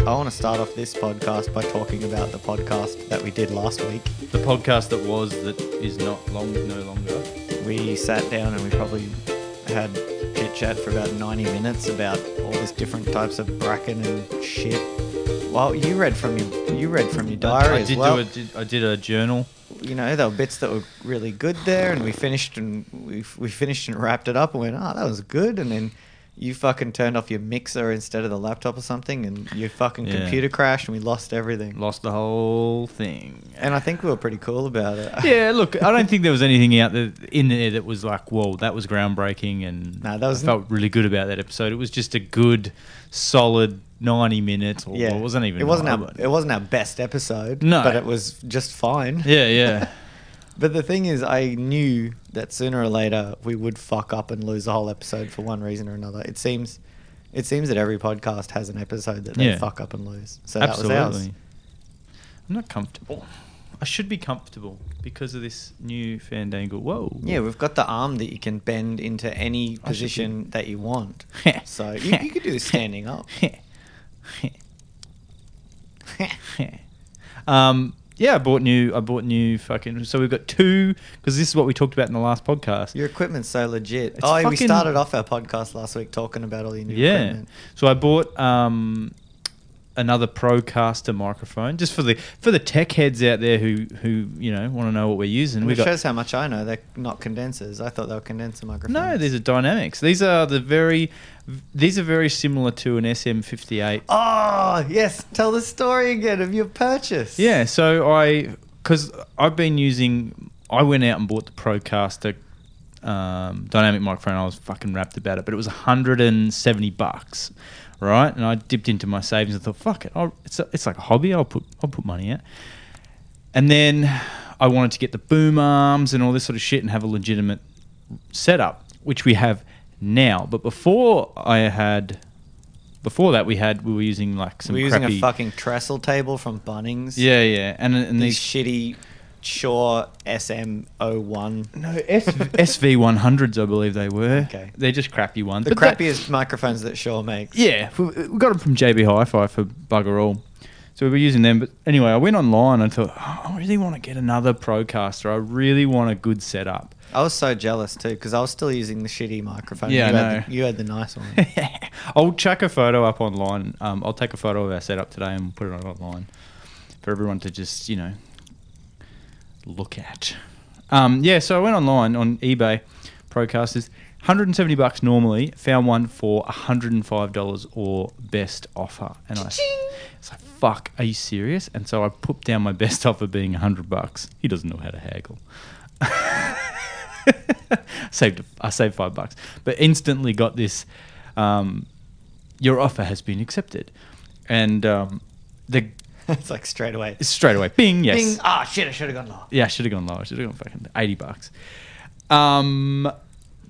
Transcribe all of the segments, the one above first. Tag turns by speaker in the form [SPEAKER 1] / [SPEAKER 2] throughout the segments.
[SPEAKER 1] I want to start off this podcast by talking about the podcast that we did last week.
[SPEAKER 2] The podcast that was that is not long no longer.
[SPEAKER 1] We sat down and we probably had chit chat for about 90 minutes about all these different types of bracken and shit. Well, you read from your you read from your diary
[SPEAKER 2] I, I
[SPEAKER 1] as
[SPEAKER 2] did
[SPEAKER 1] well.
[SPEAKER 2] do a, did, I did a journal.
[SPEAKER 1] you know, there were bits that were really good there, and we finished and we, we finished and wrapped it up and went, oh, that was good. And then you fucking turned off your mixer instead of the laptop or something, and your fucking
[SPEAKER 2] Yeah.
[SPEAKER 1] computer crashed, and we lost everything.
[SPEAKER 2] Lost the whole thing.
[SPEAKER 1] And I think we were pretty cool about it.
[SPEAKER 2] yeah, look, I don't think there was anything out there in there that was like, whoa, that was groundbreaking, and
[SPEAKER 1] No, that was-
[SPEAKER 2] I felt really good about that episode. It was just a good, solid ninety minutes. Or,
[SPEAKER 1] yeah,
[SPEAKER 2] well, it wasn't even.
[SPEAKER 1] It wasn't
[SPEAKER 2] I
[SPEAKER 1] our,
[SPEAKER 2] would-
[SPEAKER 1] it wasn't our best episode.
[SPEAKER 2] No.
[SPEAKER 1] but it was just fine.
[SPEAKER 2] yeah, yeah.
[SPEAKER 1] But the thing is, I knew that sooner or later we would fuck up and lose the whole episode for one reason or another. It seems, it seems that every podcast has an episode that they
[SPEAKER 2] Yeah.
[SPEAKER 1] fuck up and lose. So that
[SPEAKER 2] Absolutely.
[SPEAKER 1] was ours.
[SPEAKER 2] I'm not comfortable. I should be comfortable because of this new fandangle. Whoa.
[SPEAKER 1] Yeah, we've got the arm that you can bend into any
[SPEAKER 2] I should
[SPEAKER 1] position
[SPEAKER 2] be-
[SPEAKER 1] that you want. so you, you could do this standing up.
[SPEAKER 2] um, yeah, I bought new. I bought new fucking. So we've got two because this is what we talked about in the last podcast.
[SPEAKER 1] Your equipment's so legit.
[SPEAKER 2] It's
[SPEAKER 1] oh, we
[SPEAKER 2] fucking-
[SPEAKER 1] started off our podcast last week talking about all your new
[SPEAKER 2] yeah.
[SPEAKER 1] equipment.
[SPEAKER 2] So I bought um, another Procaster microphone just for the for the tech heads out there who who you know want to know what we're using.
[SPEAKER 1] And
[SPEAKER 2] We
[SPEAKER 1] it
[SPEAKER 2] got
[SPEAKER 1] shows how much I know. They're not condensers. I thought they were condenser microphones.
[SPEAKER 2] no. These are dynamics. These are the very. These are very similar to an SM58
[SPEAKER 1] Oh, yes. Tell the story again of your purchase.
[SPEAKER 2] Yeah, so I because I've been using. I went out and bought the Procaster um, dynamic microphone. I was fucking wrapped about it, but it was 170 bucks, right? And I dipped into my savings and thought, fuck it, I'll, it's a, it's like a hobby. I'll put I'll put money out. And then I wanted to get the boom arms and all this sort of shit and have a legitimate setup, which we have now. But before I had. Before that, we had we were using like some
[SPEAKER 1] We're using
[SPEAKER 2] crappy,
[SPEAKER 1] a fucking trestle table from Bunnings.
[SPEAKER 2] yeah, yeah, and and
[SPEAKER 1] These shitty
[SPEAKER 2] these
[SPEAKER 1] Shaw SM01.
[SPEAKER 2] No, S- SV100s, I believe they were.
[SPEAKER 1] Okay.
[SPEAKER 2] They're just crappy ones.
[SPEAKER 1] The
[SPEAKER 2] But that-
[SPEAKER 1] crappiest microphones that Shaw makes.
[SPEAKER 2] yeah, we we got them from JB Hi-Fi for bugger all. So we were using them. But anyway, I went online and thought, oh, I really want to get another Procaster. I really want a good setup.
[SPEAKER 1] I was so jealous too because I was still using the shitty microphone.
[SPEAKER 2] Yeah,
[SPEAKER 1] you
[SPEAKER 2] I
[SPEAKER 1] had
[SPEAKER 2] know.
[SPEAKER 1] the, you had the nice one.
[SPEAKER 2] I'll chuck a photo up online. Um, I'll take a photo of our setup today and put it on online for everyone to just, you know, look at. Um, yeah, so I went online on eBay, Procasters, 170 bucks normally, found one for $105 or best offer. And I it's like, fuck, are you serious? And so I put down my best offer being 100 bucks. He doesn't know how to haggle. saved I saved five bucks, but instantly got this. Um, your offer has been accepted, and um, the
[SPEAKER 1] it's like straight away.
[SPEAKER 2] straight away, bing, yes,
[SPEAKER 1] Bing. Ah, shit! I should have gone low.
[SPEAKER 2] yeah, I should have gone lower. I should have gone fucking eighty bucks. Um,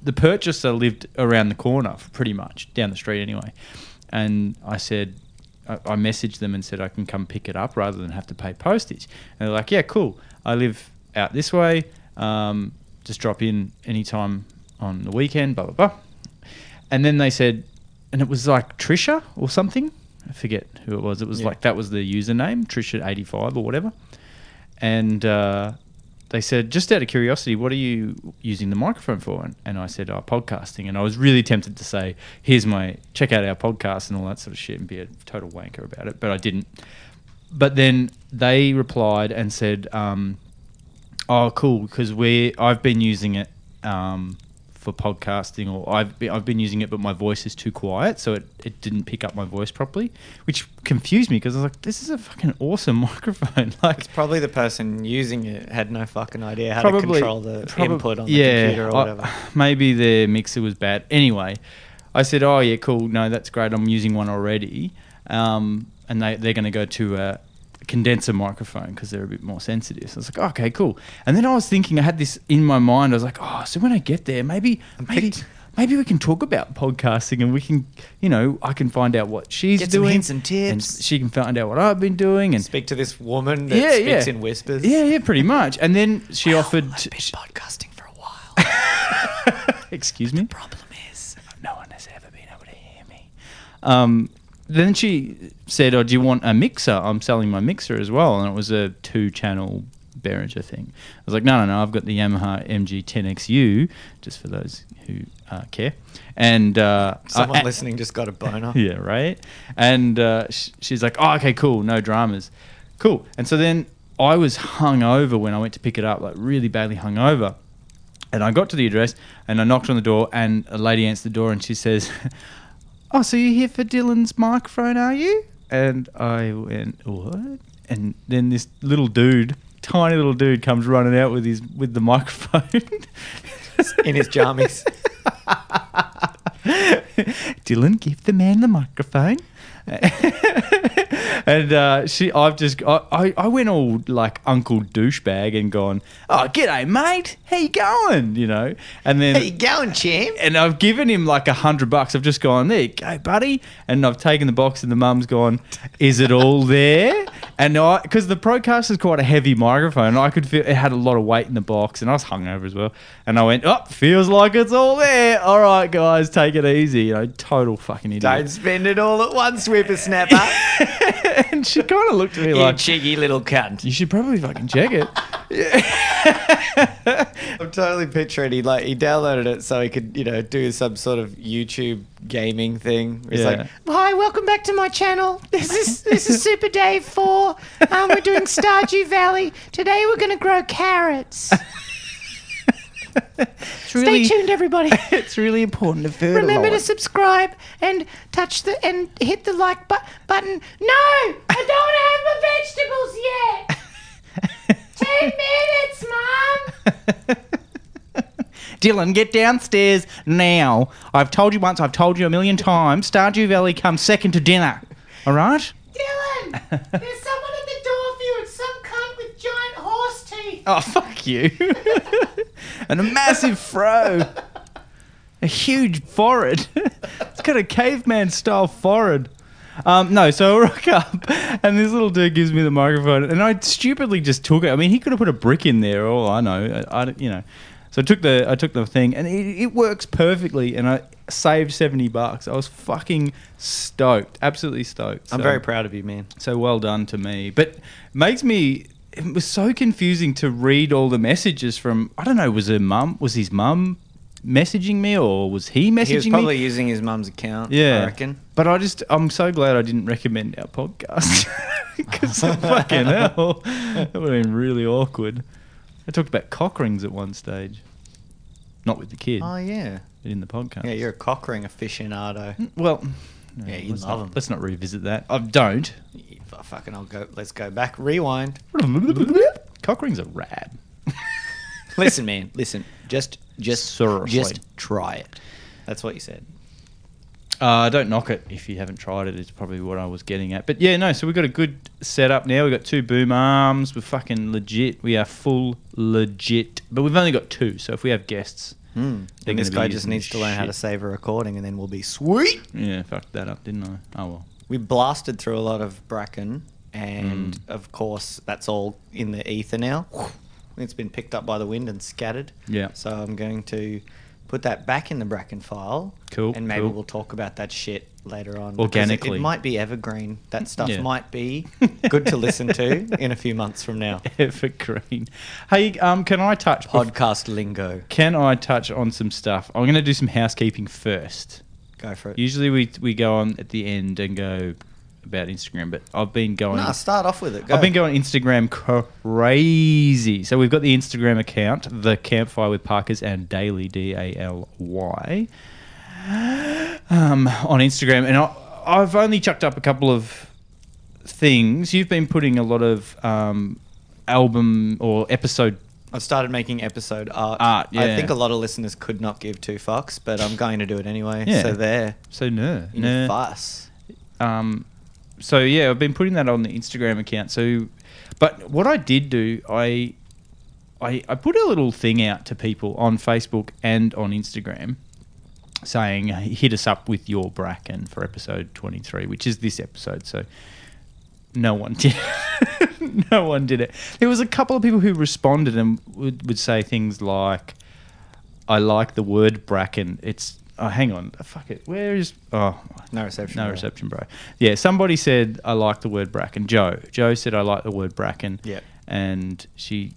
[SPEAKER 2] the purchaser lived around the corner, pretty much down the street anyway. And I said, I, I messaged them and said I can come pick it up rather than have to pay postage. And they're like, Yeah, cool. I live out this way. Um, just drop in anytime on the weekend. Blah blah blah. And then they said, and it was like Trisha or something. I forget who it was. It was
[SPEAKER 1] Yeah.
[SPEAKER 2] like that was the username, Trisha85 or whatever and uh, they said, just out of curiosity, what are you using the microphone for? And, and I said, oh, podcasting. And I was really tempted to say, here's my check out our podcast and all that sort of shit and be a total wanker about it, but I didn't. But then they replied and said, um, oh, cool, because we I've been using it um, for podcasting, or I've been, I've been using it, but my voice is too quiet, so it, it didn't pick up my voice properly, which confused me because I was like, this is a fucking awesome microphone. like,
[SPEAKER 1] It's probably the person using it had no fucking idea how to control the
[SPEAKER 2] probab-
[SPEAKER 1] input on the
[SPEAKER 2] yeah,
[SPEAKER 1] computer or
[SPEAKER 2] I-
[SPEAKER 1] whatever.
[SPEAKER 2] maybe the mixer was bad. Anyway, I said, "Oh yeah, cool. No, that's great. I'm using one already." Um, and they they're going to go to a condenser microphone because they're a bit more sensitive. So I was like, "Okay, cool." And then I was thinking, I had this in my mind. I was like, "Oh, so when I get there, maybe maybe."
[SPEAKER 1] picked-
[SPEAKER 2] Maybe we can talk about podcasting and we can, you know, I can find out what she's
[SPEAKER 1] Get some
[SPEAKER 2] doing.
[SPEAKER 1] hints and tips.
[SPEAKER 2] she can find out what I've been doing. And
[SPEAKER 1] Speak to this woman that speaks in whispers.
[SPEAKER 2] Yeah, yeah, pretty much. And then she
[SPEAKER 1] Well,
[SPEAKER 2] offered.
[SPEAKER 1] I've been podcasting for a while.
[SPEAKER 2] Excuse me.
[SPEAKER 1] Problem is,
[SPEAKER 2] No one has ever been able to hear me. Um, then she said, "Oh, do you want a mixer? I'm selling my mixer as well." And it was a two-channel Behringer thing. I was like, "No, no, no! I've got the Yamaha MG 10XU, just for those who uh, care." And uh,
[SPEAKER 1] Someone
[SPEAKER 2] I-
[SPEAKER 1] listening just got a boner.
[SPEAKER 2] yeah, right. And uh, sh- she's like, "Oh, okay, cool, no dramas, cool." And so then I was hungover when I went to pick it up, like really badly hungover. And I got to the address and I knocked on the door, and a lady answered the door, and she says, "Oh, so you're here for Dylan's microphone, are you?" And I went, "What?" And then this little dude, tiny little dude, comes running out with his with the microphone
[SPEAKER 1] In his jammies.
[SPEAKER 2] Dylan, give the man the microphone. and uh, she, I've just, I, I, I went all like Uncle douchebag and gone, oh, g'day, mate. How you going? You know, and then
[SPEAKER 1] Hey, going, champ.
[SPEAKER 2] and I've given him like a hundred bucks. I've just gone, there you go, buddy. And I've taken the box, and the mum's gone, is it all there? And I, because the Procast is quite a heavy microphone, I could feel it had a lot of weight in the box, and I was hungover as well. And I went, oh, feels like it's all there. All right, guys, take it easy. You know, total fucking idiot.
[SPEAKER 1] Don't spend it all at once, whippersnapper.
[SPEAKER 2] and she kind of looked at me
[SPEAKER 1] you
[SPEAKER 2] like,
[SPEAKER 1] cheeky little cunt.
[SPEAKER 2] you should probably fucking check it.
[SPEAKER 1] I'm totally picturing he like he downloaded it so he could you know do some sort of YouTube gaming thing. He's
[SPEAKER 2] Yeah.
[SPEAKER 1] like, "Hi, welcome back to my channel. This is this is Super Dave Four. Um, we're doing Stardew Valley today. We're gonna grow carrots.
[SPEAKER 2] It's really,
[SPEAKER 1] Stay tuned, everybody.
[SPEAKER 2] it's really important to fertilize.
[SPEAKER 1] Remember to subscribe and touch the and hit the like bu- button. No, I don't have my vegetables yet. Ten minutes, mom.
[SPEAKER 2] Dylan, get downstairs now. I've told you once, I've told you a million times. Stardew Valley comes second to dinner. All right?
[SPEAKER 3] Dylan, there's someone at the door for you. It's some cunt with giant horse teeth.
[SPEAKER 2] Oh, fuck you. and a massive fro. A huge forehead. it's got a caveman style forehead. Um, no, so I rock up and this little dude gives me the microphone and I stupidly just took it. I mean, he could have put a brick in there, all I know. I, I don't- you know. So I took the I took the thing and it, it works perfectly and I saved 70 bucks. I was fucking stoked. Absolutely stoked.
[SPEAKER 1] I'm
[SPEAKER 2] So-
[SPEAKER 1] very proud of you, man.
[SPEAKER 2] so well done to me. But it makes me it was so confusing to read all the messages from I don't know, was her mum was his mum messaging me or was he messaging
[SPEAKER 1] He was probably
[SPEAKER 2] me?
[SPEAKER 1] using his mum's account.
[SPEAKER 2] Yeah.
[SPEAKER 1] I reckon.
[SPEAKER 2] But I just I'm so glad I didn't recommend our podcast. Because fucking hell. That would have been really awkward. I talked about cock rings at one stage. Not with the kid,
[SPEAKER 1] Oh
[SPEAKER 2] but
[SPEAKER 1] yeah,
[SPEAKER 2] in the podcast.
[SPEAKER 1] yeah. You're a cock ring aficionado.
[SPEAKER 2] well no,
[SPEAKER 1] Yeah, you
[SPEAKER 2] let's
[SPEAKER 1] love
[SPEAKER 2] not,
[SPEAKER 1] 'em.
[SPEAKER 2] Let's not revisit that. I don't.
[SPEAKER 1] You fu- Fucking, I'll go. Let's go back. Rewind.
[SPEAKER 2] cock rings are rad.
[SPEAKER 1] Listen, man. Listen. Just, just,
[SPEAKER 2] Seriously.
[SPEAKER 1] just try it. That's what you said.
[SPEAKER 2] Uh, don't knock it if you haven't tried it. It's probably what I was getting at. But yeah, no. So we've got a good setup now. We've got two boom arms. We're fucking legit. We are full legit. But we've only got two. So if we have guests,
[SPEAKER 1] Mm.
[SPEAKER 2] They're
[SPEAKER 1] And this
[SPEAKER 2] gonna
[SPEAKER 1] guy
[SPEAKER 2] be
[SPEAKER 1] just
[SPEAKER 2] using
[SPEAKER 1] needs to learn how to
[SPEAKER 2] shit.
[SPEAKER 1] save a recording, and then we'll be sweet.
[SPEAKER 2] yeah, fucked that up, didn't I? Oh well.
[SPEAKER 1] We blasted through a lot of bracken, and
[SPEAKER 2] Mm.
[SPEAKER 1] of course, that's all in the ether now. It's been picked up by the wind and scattered.
[SPEAKER 2] Yeah.
[SPEAKER 1] So I'm going to put that back in the bracken file.
[SPEAKER 2] Cool,
[SPEAKER 1] And maybe
[SPEAKER 2] cool.
[SPEAKER 1] we'll talk about that shit later on. because it-
[SPEAKER 2] Organically. Mm-hmm.
[SPEAKER 1] It, might be evergreen. That stuff
[SPEAKER 2] Yeah.
[SPEAKER 1] might be good to listen to in a few months from now.
[SPEAKER 2] Evergreen. Hey, um, can I touch?
[SPEAKER 1] Podcast lingo.
[SPEAKER 2] Can I touch on some stuff? I'm going to do some housekeeping first.
[SPEAKER 1] Go for it.
[SPEAKER 2] Usually we we go on at the end and go about Instagram, but I've been going.
[SPEAKER 1] nah, start off with it. Go.
[SPEAKER 2] I've been going Instagram crazy. So we've got the Instagram account, the Campfire with Parkers and Daily D A L Y, um, on Instagram, and I, I've only chucked up a couple of things. You've been putting a lot of um, album or episode.
[SPEAKER 1] I've started making episode art.
[SPEAKER 2] Art,
[SPEAKER 1] I
[SPEAKER 2] yeah.
[SPEAKER 1] think a lot of listeners could not give two fucks, but I'm going to do it anyway.
[SPEAKER 2] Yeah.
[SPEAKER 1] So there.
[SPEAKER 2] So no,
[SPEAKER 1] You
[SPEAKER 2] no.
[SPEAKER 1] fuss.
[SPEAKER 2] Um, so yeah, I've been putting that on the Instagram account. So, but what I did do, I, I, I put a little thing out to people on Facebook and on Instagram, saying hit us up with your bracken for episode twenty three, which is this episode. So, no one did. no one did it. There was a couple of people who responded and would, would say things like, "I like the word bracken. It's Oh, hang on. Fuck it. Where is? Oh,
[SPEAKER 1] No reception,
[SPEAKER 2] No
[SPEAKER 1] bro.
[SPEAKER 2] reception, bro. Yeah. Somebody said I like the word bracken. Joe. Joe said I like the word bracken.
[SPEAKER 1] Yep.
[SPEAKER 2] And she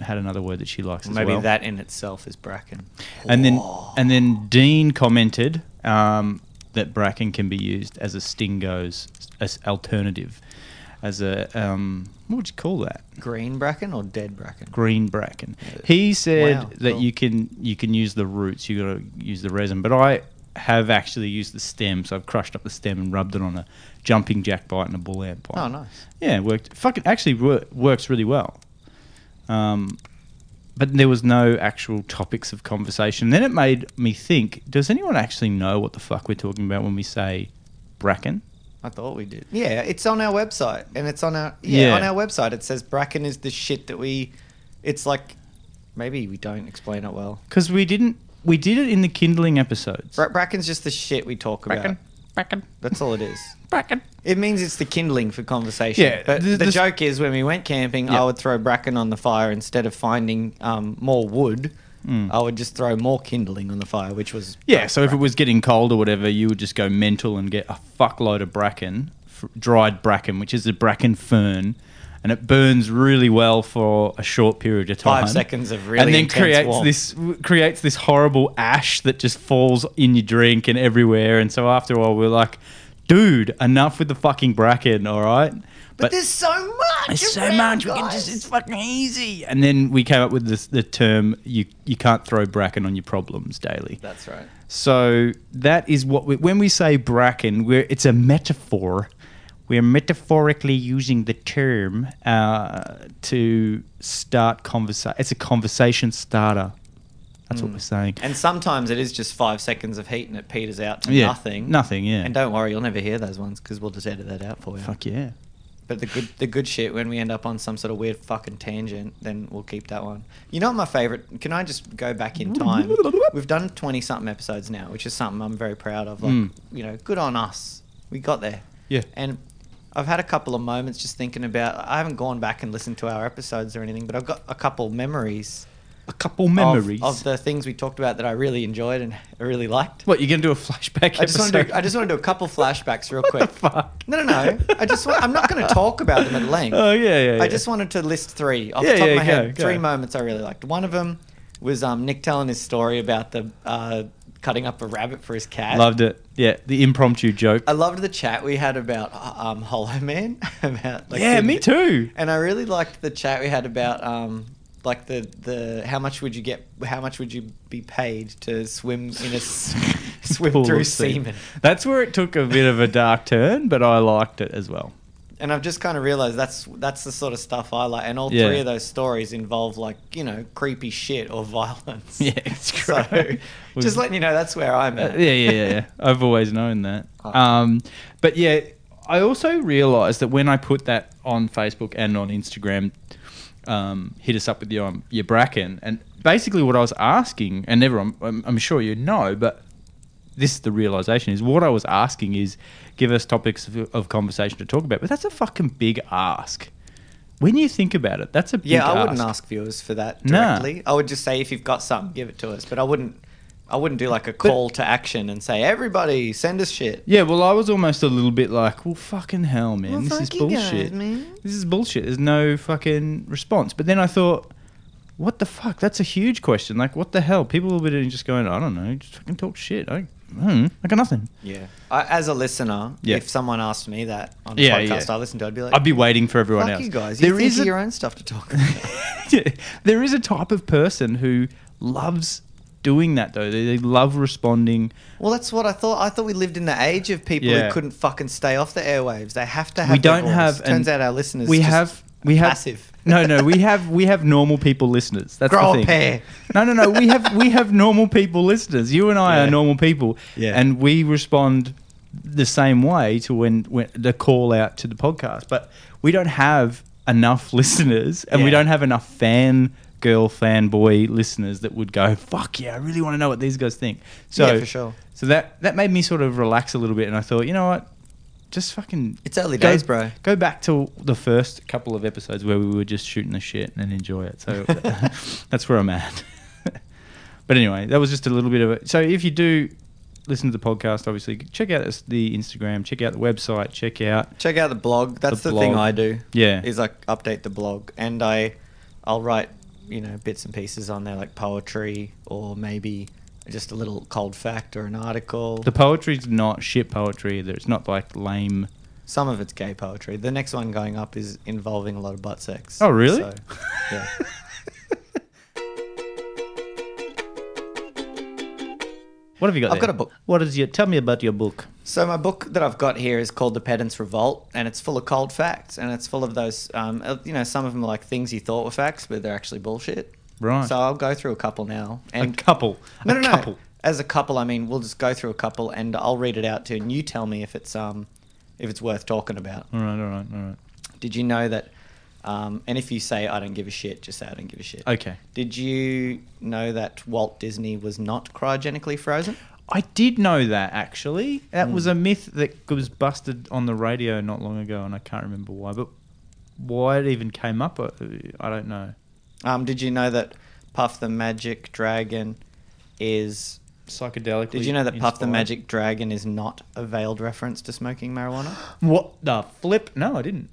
[SPEAKER 2] had another word that she likes as
[SPEAKER 1] Maybe
[SPEAKER 2] well.
[SPEAKER 1] that Oh. in itself is bracken.
[SPEAKER 2] And then and then Dean commented um, that bracken can be used as a stingo's as alternative, as a um, what would you call that?
[SPEAKER 1] Green bracken or dead bracken?
[SPEAKER 2] Green bracken. He said
[SPEAKER 1] Wow,
[SPEAKER 2] that
[SPEAKER 1] cool.
[SPEAKER 2] you can you can use the roots. You got to use the resin, but I have actually used the stem. So I've crushed up the stem and rubbed it on a jumping jack bite and a bull ant bite.
[SPEAKER 1] Oh, nice.
[SPEAKER 2] Yeah, it worked. Fucking actually wor- works really well. Um, but there was no actual topics of conversation. Then it made me think: Does anyone actually know what the fuck we're talking about when we say bracken?
[SPEAKER 1] I thought we did. Yeah, it's on our website, and it's on our yeah,
[SPEAKER 2] Yeah.
[SPEAKER 1] on our website. It says bracken is the shit that we. It's like maybe we don't explain it well.
[SPEAKER 2] Because we didn't. We did it in the kindling episodes.
[SPEAKER 1] Bra- bracken's just the shit we talk
[SPEAKER 2] bracken,
[SPEAKER 1] about.
[SPEAKER 2] bracken,
[SPEAKER 1] That's all it is.
[SPEAKER 2] bracken.
[SPEAKER 1] It means it's the kindling for conversation.
[SPEAKER 2] Yeah,
[SPEAKER 1] but
[SPEAKER 2] th-
[SPEAKER 1] the
[SPEAKER 2] this-
[SPEAKER 1] joke is when we went camping,
[SPEAKER 2] Yeah.
[SPEAKER 1] I would throw bracken on the fire instead of finding um, more wood.
[SPEAKER 2] Mm.
[SPEAKER 1] I would just throw more kindling on the fire, which was
[SPEAKER 2] Yeah. So if it was getting cold or whatever, you would just go mental and get a fuckload of bracken, f- dried bracken, which is a bracken fern. And it burns really well for a short period of time.
[SPEAKER 1] Five seconds of really
[SPEAKER 2] and then
[SPEAKER 1] intense
[SPEAKER 2] creates
[SPEAKER 1] warmth.
[SPEAKER 2] this w- creates this horrible ash that just falls in your drink and everywhere. And so after a while, we're like, dude, enough with the fucking bracken, all right?
[SPEAKER 1] But there's so much.
[SPEAKER 2] It's so
[SPEAKER 1] around,
[SPEAKER 2] much. We can
[SPEAKER 1] guys.
[SPEAKER 2] just, it's fucking easy. And then we came up with this, the term you you can't throw bracken on your problems daily.
[SPEAKER 1] That's right.
[SPEAKER 2] So that is what we, when we say bracken, we're, it's a metaphor. We're metaphorically using the term uh, to start conversation. It's a conversation starter. That's what we're saying.
[SPEAKER 1] Mm. And sometimes it is just five seconds of heat and it peters out to
[SPEAKER 2] Yeah,
[SPEAKER 1] nothing.
[SPEAKER 2] Nothing. Yeah.
[SPEAKER 1] And don't worry, you'll never hear those ones because we'll just edit that out for you.
[SPEAKER 2] Fuck yeah.
[SPEAKER 1] But the good, the good shit when we end up on some sort of weird fucking tangent, then we'll keep that one. You know what my favorite? Can I just go back in time? We've done twenty something episodes now, which is something I'm very proud of. Like,
[SPEAKER 2] Mm.
[SPEAKER 1] you know, good on us. We got there.
[SPEAKER 2] Yeah.
[SPEAKER 1] And I've had a couple of moments just thinking about. I haven't gone back and listened to our episodes or anything, but I've got a couple memories
[SPEAKER 2] A couple
[SPEAKER 1] of-
[SPEAKER 2] memories.
[SPEAKER 1] Of, the things we talked about that I really enjoyed and I really liked.
[SPEAKER 2] what you're gonna do a flashback
[SPEAKER 1] I just want to do,
[SPEAKER 2] episode?
[SPEAKER 1] I just want to do a couple flashbacks real quick.
[SPEAKER 2] fuck?
[SPEAKER 1] No, no, no. I just want, I'm not going to talk about them at length.
[SPEAKER 2] Oh yeah, yeah. yeah.
[SPEAKER 1] I just wanted to list three off
[SPEAKER 2] Yeah,
[SPEAKER 1] the top
[SPEAKER 2] yeah,
[SPEAKER 1] of my head.
[SPEAKER 2] go, go.
[SPEAKER 1] Three moments I really liked. One of them was um, Nick telling his story about the uh, cutting up a rabbit for his cat.
[SPEAKER 2] loved it. Yeah, the impromptu joke.
[SPEAKER 1] I loved the chat we had about um, Hollow Man. about like
[SPEAKER 2] yeah,
[SPEAKER 1] the-
[SPEAKER 2] me too.
[SPEAKER 1] and I really liked the chat we had about um, like the, the how much would you get how much would you be paid to swim in a s- swim
[SPEAKER 2] Pool
[SPEAKER 1] through
[SPEAKER 2] of sea-
[SPEAKER 1] semen.
[SPEAKER 2] That's where it took a bit of a dark turn, but I liked it as well.
[SPEAKER 1] And I've just kind of realized that's that's the sort of stuff I like. And all
[SPEAKER 2] Yeah.
[SPEAKER 1] three of those stories involve like you know creepy shit or violence.
[SPEAKER 2] Yeah, it's
[SPEAKER 1] So,
[SPEAKER 2] great.
[SPEAKER 1] just letting you know that's where I'm
[SPEAKER 2] Uh,
[SPEAKER 1] at.
[SPEAKER 2] yeah, yeah, yeah, yeah. I've always known that.
[SPEAKER 1] Ah.
[SPEAKER 2] Um, but yeah, I also realised that when I put that on Facebook and on Instagram, um, hit us up with your your bracken, and basically what I was asking, and everyone, I'm, I'm sure you know, but this is the realization is what I was asking is give us topics of, of conversation to talk about, but that's a fucking big ask. When you think about it, that's a big
[SPEAKER 1] Yeah,
[SPEAKER 2] ask.
[SPEAKER 1] I wouldn't ask viewers for that
[SPEAKER 2] Nah.
[SPEAKER 1] directly. I would just say if you've got something, give it to us. But I wouldn't. I wouldn't do like a call to action and say everybody send us shit.
[SPEAKER 2] Yeah, well, I was almost a little bit like, well, fucking hell, man.
[SPEAKER 1] Well,
[SPEAKER 2] this is
[SPEAKER 1] fuck you guys,
[SPEAKER 2] bullshit.
[SPEAKER 1] man.
[SPEAKER 2] This is bullshit. There's no fucking response. But then I thought, what the fuck? That's a huge question. Like, what the hell? People will be just going, I don't know, just fucking talk shit. I, I don't know. I got nothing.
[SPEAKER 1] Yeah. I, as a listener,
[SPEAKER 2] Yeah.
[SPEAKER 1] if someone asked me that on
[SPEAKER 2] Yeah,
[SPEAKER 1] a podcast
[SPEAKER 2] yeah.
[SPEAKER 1] I listened to, I'd be like,
[SPEAKER 2] I'd be waiting for everyone
[SPEAKER 1] "Fuck
[SPEAKER 2] else.
[SPEAKER 1] you guys! You
[SPEAKER 2] There
[SPEAKER 1] think
[SPEAKER 2] is
[SPEAKER 1] of
[SPEAKER 2] a-
[SPEAKER 1] your own stuff to talk about."
[SPEAKER 2] Yeah, there is a type of person who loves doing that, though. They, they love responding.
[SPEAKER 1] Well, that's what I thought. I thought we lived in the age of people
[SPEAKER 2] Yeah.
[SPEAKER 1] who couldn't fucking stay off the airwaves. They have to have.
[SPEAKER 2] we
[SPEAKER 1] their
[SPEAKER 2] don't
[SPEAKER 1] voice.
[SPEAKER 2] have.
[SPEAKER 1] Turns
[SPEAKER 2] and
[SPEAKER 1] out our listeners.
[SPEAKER 2] We
[SPEAKER 1] just
[SPEAKER 2] have. We have
[SPEAKER 1] passive.
[SPEAKER 2] No, no, we have we have normal people listeners. That's
[SPEAKER 1] Grow a
[SPEAKER 2] the thing.
[SPEAKER 1] pair.
[SPEAKER 2] No, no, no. We have we have normal people listeners. You and I are
[SPEAKER 1] Yeah.
[SPEAKER 2] normal people,
[SPEAKER 1] Yeah.
[SPEAKER 2] and we respond the same way to when, when the call out to the podcast. But we don't have enough listeners, and we
[SPEAKER 1] Yeah.
[SPEAKER 2] don't have enough fan girl fanboy listeners that would go, "Fuck yeah, I really want to know what these guys think." So
[SPEAKER 1] Yeah, for sure.
[SPEAKER 2] So that that made me sort of relax a little bit, and I thought, you know what, just fucking
[SPEAKER 1] It's early
[SPEAKER 2] go-
[SPEAKER 1] days, bro.
[SPEAKER 2] Go back to the first couple of episodes where we were just shooting the shit and enjoy it. So that's where I'm at. but anyway, that was just a little bit of it. So if you do listen to the podcast, obviously. Check out this- the Instagram, check out the website, check out.
[SPEAKER 1] Check out the blog. That's
[SPEAKER 2] The
[SPEAKER 1] the, thing
[SPEAKER 2] blog.
[SPEAKER 1] I do.
[SPEAKER 2] Yeah.
[SPEAKER 1] Is I update the blog and I I'll write, you know, bits and pieces on there like poetry or maybe just a little cold fact or an article.
[SPEAKER 2] The poetry's not shit poetry either. It's not like lame.
[SPEAKER 1] Some of it's gay poetry. The next one going up is involving a lot of butt sex.
[SPEAKER 2] Oh, really?
[SPEAKER 1] So, yeah.
[SPEAKER 2] What have you got?
[SPEAKER 1] I've
[SPEAKER 2] there?
[SPEAKER 1] got a book.
[SPEAKER 2] What is your? Tell me about your book.
[SPEAKER 1] So my book that I've got here is called The Pedant's Revolt, and it's full of cold facts, and it's full of those, um, uh, you know, some of them are like things you thought were facts, but they're actually bullshit.
[SPEAKER 2] Right.
[SPEAKER 1] So I'll go through a couple now,
[SPEAKER 2] a
[SPEAKER 1] and
[SPEAKER 2] couple.
[SPEAKER 1] no,
[SPEAKER 2] a
[SPEAKER 1] no, no.
[SPEAKER 2] couple.
[SPEAKER 1] As a couple, I mean, we'll just go through a couple, and I'll read it out to you, and you tell me if it's um, if it's worth talking about.
[SPEAKER 2] All right, all right, all right.
[SPEAKER 1] Did you know that? Um, and if you say I don't give a shit, just say I don't give a shit.
[SPEAKER 2] Okay.
[SPEAKER 1] Did you know that Walt Disney was not cryogenically frozen?
[SPEAKER 2] I did know that actually. That was a myth that was busted on the radio not long ago, and I can't remember why. But why it even came up, uh, I don't know.
[SPEAKER 1] Um, did you know that Puff the Magic Dragon is?
[SPEAKER 2] Psychedelically.
[SPEAKER 1] Did you know that Puff the
[SPEAKER 2] inspired.
[SPEAKER 1] Magic Dragon is not a veiled reference to smoking marijuana?
[SPEAKER 2] What the flip? No, I didn't.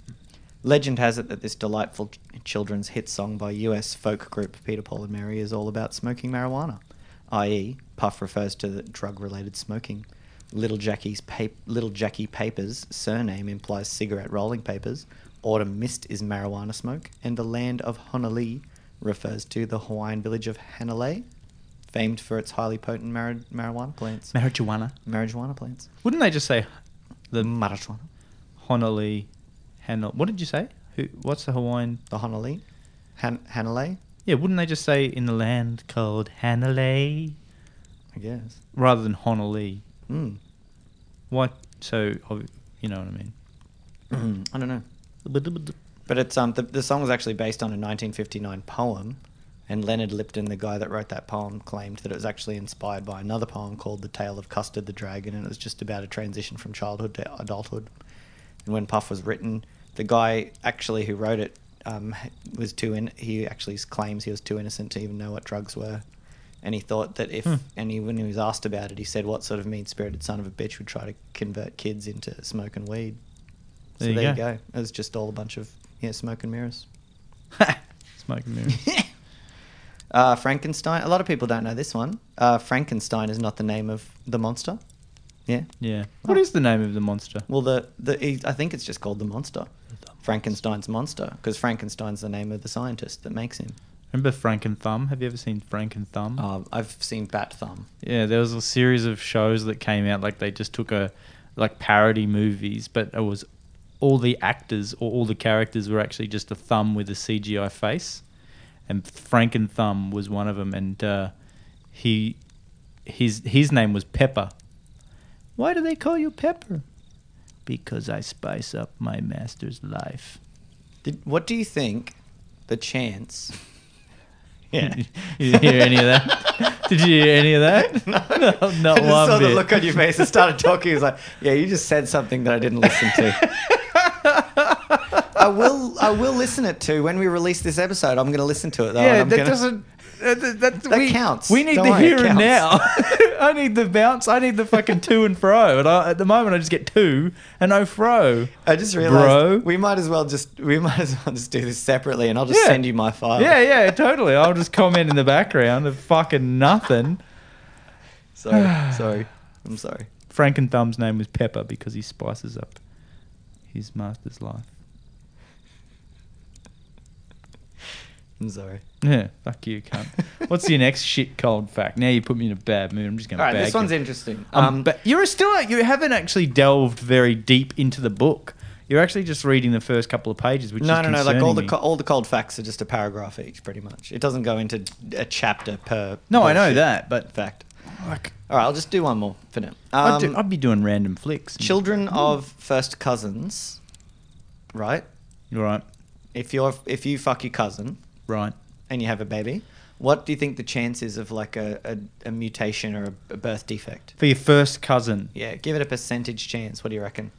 [SPEAKER 1] Legend has it that this delightful ch- children's hit song by US folk group Peter Paul and Mary is all about smoking marijuana, i.e., Puff refers to the drug-related smoking. Little Jackie's pap- Little Jackie Papers surname implies cigarette rolling papers. Autumn mist is marijuana smoke, and the land of Honolulu refers to the Hawaiian village of Hanalei, famed for its highly potent mar- marijuana plants.
[SPEAKER 2] Marijuana.
[SPEAKER 1] marijuana plants.
[SPEAKER 2] Wouldn't they just say the
[SPEAKER 1] Marijuana.
[SPEAKER 2] Honolulu? Hano- what did you say? Who? What's the Hawaiian?
[SPEAKER 1] The Honolulu. Han- Hanalei,
[SPEAKER 2] Yeah, wouldn't they just say in the land called Hanalei
[SPEAKER 1] I guess.
[SPEAKER 2] rather than Honolulu?
[SPEAKER 1] Mm.
[SPEAKER 2] Why? So ob- you know what I mean.
[SPEAKER 1] Mm-hmm. I don't know. But it's um the, the song was actually based on a 1959 poem, and Leonard Lipton, the guy that wrote that poem, claimed that it was actually inspired by another poem called "The Tale of Custard the Dragon," and it was just about a transition from childhood to adulthood. And when Puff was written, the guy actually who wrote it um, was too in. He actually claims he was too innocent to even know what drugs were. And he thought that if,
[SPEAKER 2] Hmm.
[SPEAKER 1] and he, when he was asked about it, he said, "What sort of mean-spirited son of a bitch would try to convert kids into smoking weed?" So
[SPEAKER 2] There you
[SPEAKER 1] there you
[SPEAKER 2] go.
[SPEAKER 1] go. It was just all a bunch of yeah, smoke and mirrors.
[SPEAKER 2] Smoke and mirrors.
[SPEAKER 1] Uh, Frankenstein. A lot of people don't know this one. Uh, Frankenstein is not the name of the monster. Yeah.
[SPEAKER 2] Yeah. What
[SPEAKER 1] Oh.
[SPEAKER 2] is the name of the monster?
[SPEAKER 1] Well, the the he- I think it's just called the monster. Frankenstein's monster, because Frankenstein's the name of the scientist that makes him.
[SPEAKER 2] Remember Frank and Thumb? Have you ever seen Frank and Thumb?
[SPEAKER 1] Uh, I've seen Bat Thumb.
[SPEAKER 2] Yeah, there was a series of shows that came out like they just took a like parody movies, but it was all the actors or all the characters were actually just a thumb with a CGI face, and Frank and Thumb was one of them, and uh, he his his name was Pepper. Why do they call you Pepper? Because I spice up my master's life.
[SPEAKER 1] Did what do you think? The chance.
[SPEAKER 2] Did you hear any of that? Did you hear any of that?
[SPEAKER 1] No,
[SPEAKER 2] No,
[SPEAKER 1] I
[SPEAKER 2] not
[SPEAKER 1] just
[SPEAKER 2] one
[SPEAKER 1] saw
[SPEAKER 2] bit.
[SPEAKER 1] the look on your face and started talking. It was like, "Yeah, you just said something that I didn't listen to." I will. I will listen it to when we release this episode. I'm going to listen to it though. and
[SPEAKER 2] Yeah,
[SPEAKER 1] I'm
[SPEAKER 2] that
[SPEAKER 1] gonna-
[SPEAKER 2] doesn't. That, that,
[SPEAKER 1] That
[SPEAKER 2] we,
[SPEAKER 1] counts.
[SPEAKER 2] We need
[SPEAKER 1] Don't
[SPEAKER 2] the
[SPEAKER 1] worry, it
[SPEAKER 2] here
[SPEAKER 1] counts.
[SPEAKER 2] and now. I need the bounce. I need the fucking to and fro. And I, at the moment, I just get to and no fro.
[SPEAKER 1] I just realized
[SPEAKER 2] Bro.
[SPEAKER 1] we might as well just we might as well just do this separately, and I'll just
[SPEAKER 2] Yeah.
[SPEAKER 1] send you my file.
[SPEAKER 2] Yeah, yeah, totally. I'll just comment in the background of fucking nothing.
[SPEAKER 1] Sorry, sorry. I'm sorry.
[SPEAKER 2] Frank and Thumb's name was Pepper because he spices up his master's life.
[SPEAKER 1] I'm sorry.
[SPEAKER 2] Yeah, fuck you, cunt. What's your next shit cold fact? Now you put me in a bad mood. I'm just
[SPEAKER 1] All
[SPEAKER 2] gonna.
[SPEAKER 1] right,
[SPEAKER 2] bag
[SPEAKER 1] this one's
[SPEAKER 2] you.
[SPEAKER 1] interesting.
[SPEAKER 2] Um,
[SPEAKER 1] Um,
[SPEAKER 2] but you're still you haven't actually delved very deep into the book. You're actually just reading the first couple of pages, which
[SPEAKER 1] no,
[SPEAKER 2] is
[SPEAKER 1] no, no. Like all
[SPEAKER 2] concerning
[SPEAKER 1] the
[SPEAKER 2] me.
[SPEAKER 1] co- all the cold facts are just a paragraph each, pretty much. It doesn't go into a chapter per.
[SPEAKER 2] no, I know
[SPEAKER 1] bullshit
[SPEAKER 2] that, but
[SPEAKER 1] fact.
[SPEAKER 2] like,
[SPEAKER 1] All right, I'll just do one more for now.
[SPEAKER 2] I'd,
[SPEAKER 1] Um,
[SPEAKER 2] do, I'd be doing random flicks. and-
[SPEAKER 1] children of first cousins, right?
[SPEAKER 2] right,
[SPEAKER 1] If you're if you fuck your cousin
[SPEAKER 2] right.
[SPEAKER 1] and you have a baby, what do you think the chance is of like a, a, a mutation or a, a birth defect?
[SPEAKER 2] For your first cousin,
[SPEAKER 1] Yeah, give it a percentage chance. What do you reckon?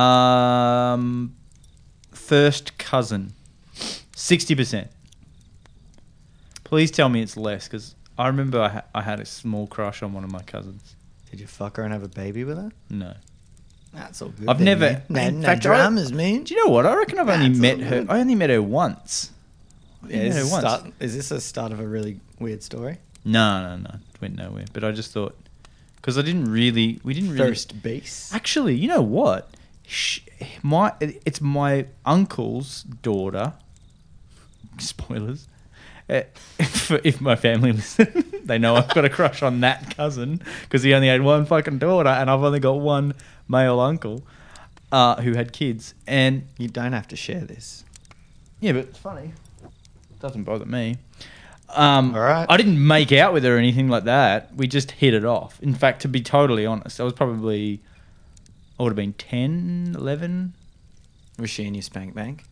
[SPEAKER 2] um, first cousin, sixty percent. Please tell me it's less because I remember I, ha- I had a small crush on one of my cousins.
[SPEAKER 1] Did you fuck her and have a baby with her?
[SPEAKER 2] No.
[SPEAKER 1] That's all good.
[SPEAKER 2] I've
[SPEAKER 1] then,
[SPEAKER 2] never-
[SPEAKER 1] mate. No,
[SPEAKER 2] in
[SPEAKER 1] no
[SPEAKER 2] fact, I-
[SPEAKER 1] dramas, man.
[SPEAKER 2] Do you know what? I reckon I've only
[SPEAKER 1] That's
[SPEAKER 2] met
[SPEAKER 1] all
[SPEAKER 2] her.
[SPEAKER 1] good.
[SPEAKER 2] I only met her once. I
[SPEAKER 1] Yeah,
[SPEAKER 2] only
[SPEAKER 1] is,
[SPEAKER 2] met her
[SPEAKER 1] this
[SPEAKER 2] once.
[SPEAKER 1] start, is this a start of a really weird story?
[SPEAKER 2] No, no, no. It went nowhere. But I just thought because I didn't really, we didn't really.
[SPEAKER 1] First beast.
[SPEAKER 2] Actually, you know what? Sh my it's my uncle's daughter. Spoilers. Uh, If, if my family listen, they know I've got a crush on that cousin because he only had one fucking daughter, and I've only got one male uncle uh, who had kids. And
[SPEAKER 1] You don't have to share this.
[SPEAKER 2] yeah, but it's funny. Doesn't bother me. Um,
[SPEAKER 1] All right.
[SPEAKER 2] I didn't make out with her or anything like that. We just hit it off. In fact, to be totally honest, I was probably, I would have been 10, 11.
[SPEAKER 1] Was she in your spank bank?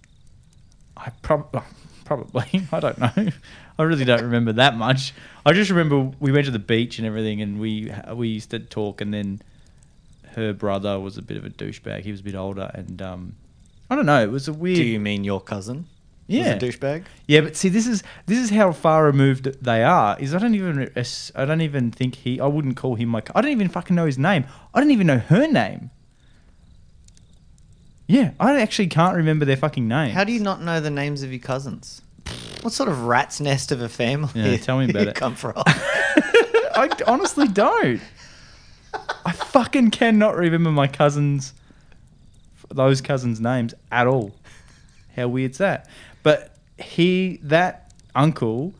[SPEAKER 2] I prob- probably, I don't know. I really don't remember that much. I just remember we went to the beach and everything and we, we used to talk and then her brother was a bit of a douchebag. He was a bit older and, um, I don't know. It was a weird.
[SPEAKER 1] Do you mean your cousin?
[SPEAKER 2] Yeah.
[SPEAKER 1] Was a douchebag?
[SPEAKER 2] Yeah, but see, this is this is how far removed they are. Is I don't even uh, I don't even think he. I wouldn't call him my. cu- I don't even fucking know his name. I don't even know her name. Yeah, I actually can't remember their fucking name.
[SPEAKER 1] How do you not know the names of your cousins? What sort of rat's nest of a family
[SPEAKER 2] Yeah, tell me about
[SPEAKER 1] you
[SPEAKER 2] it.
[SPEAKER 1] come from?
[SPEAKER 2] I d- honestly don't. I fucking cannot remember my cousins, those cousins' names at all. How weird's that? But he, that uncle,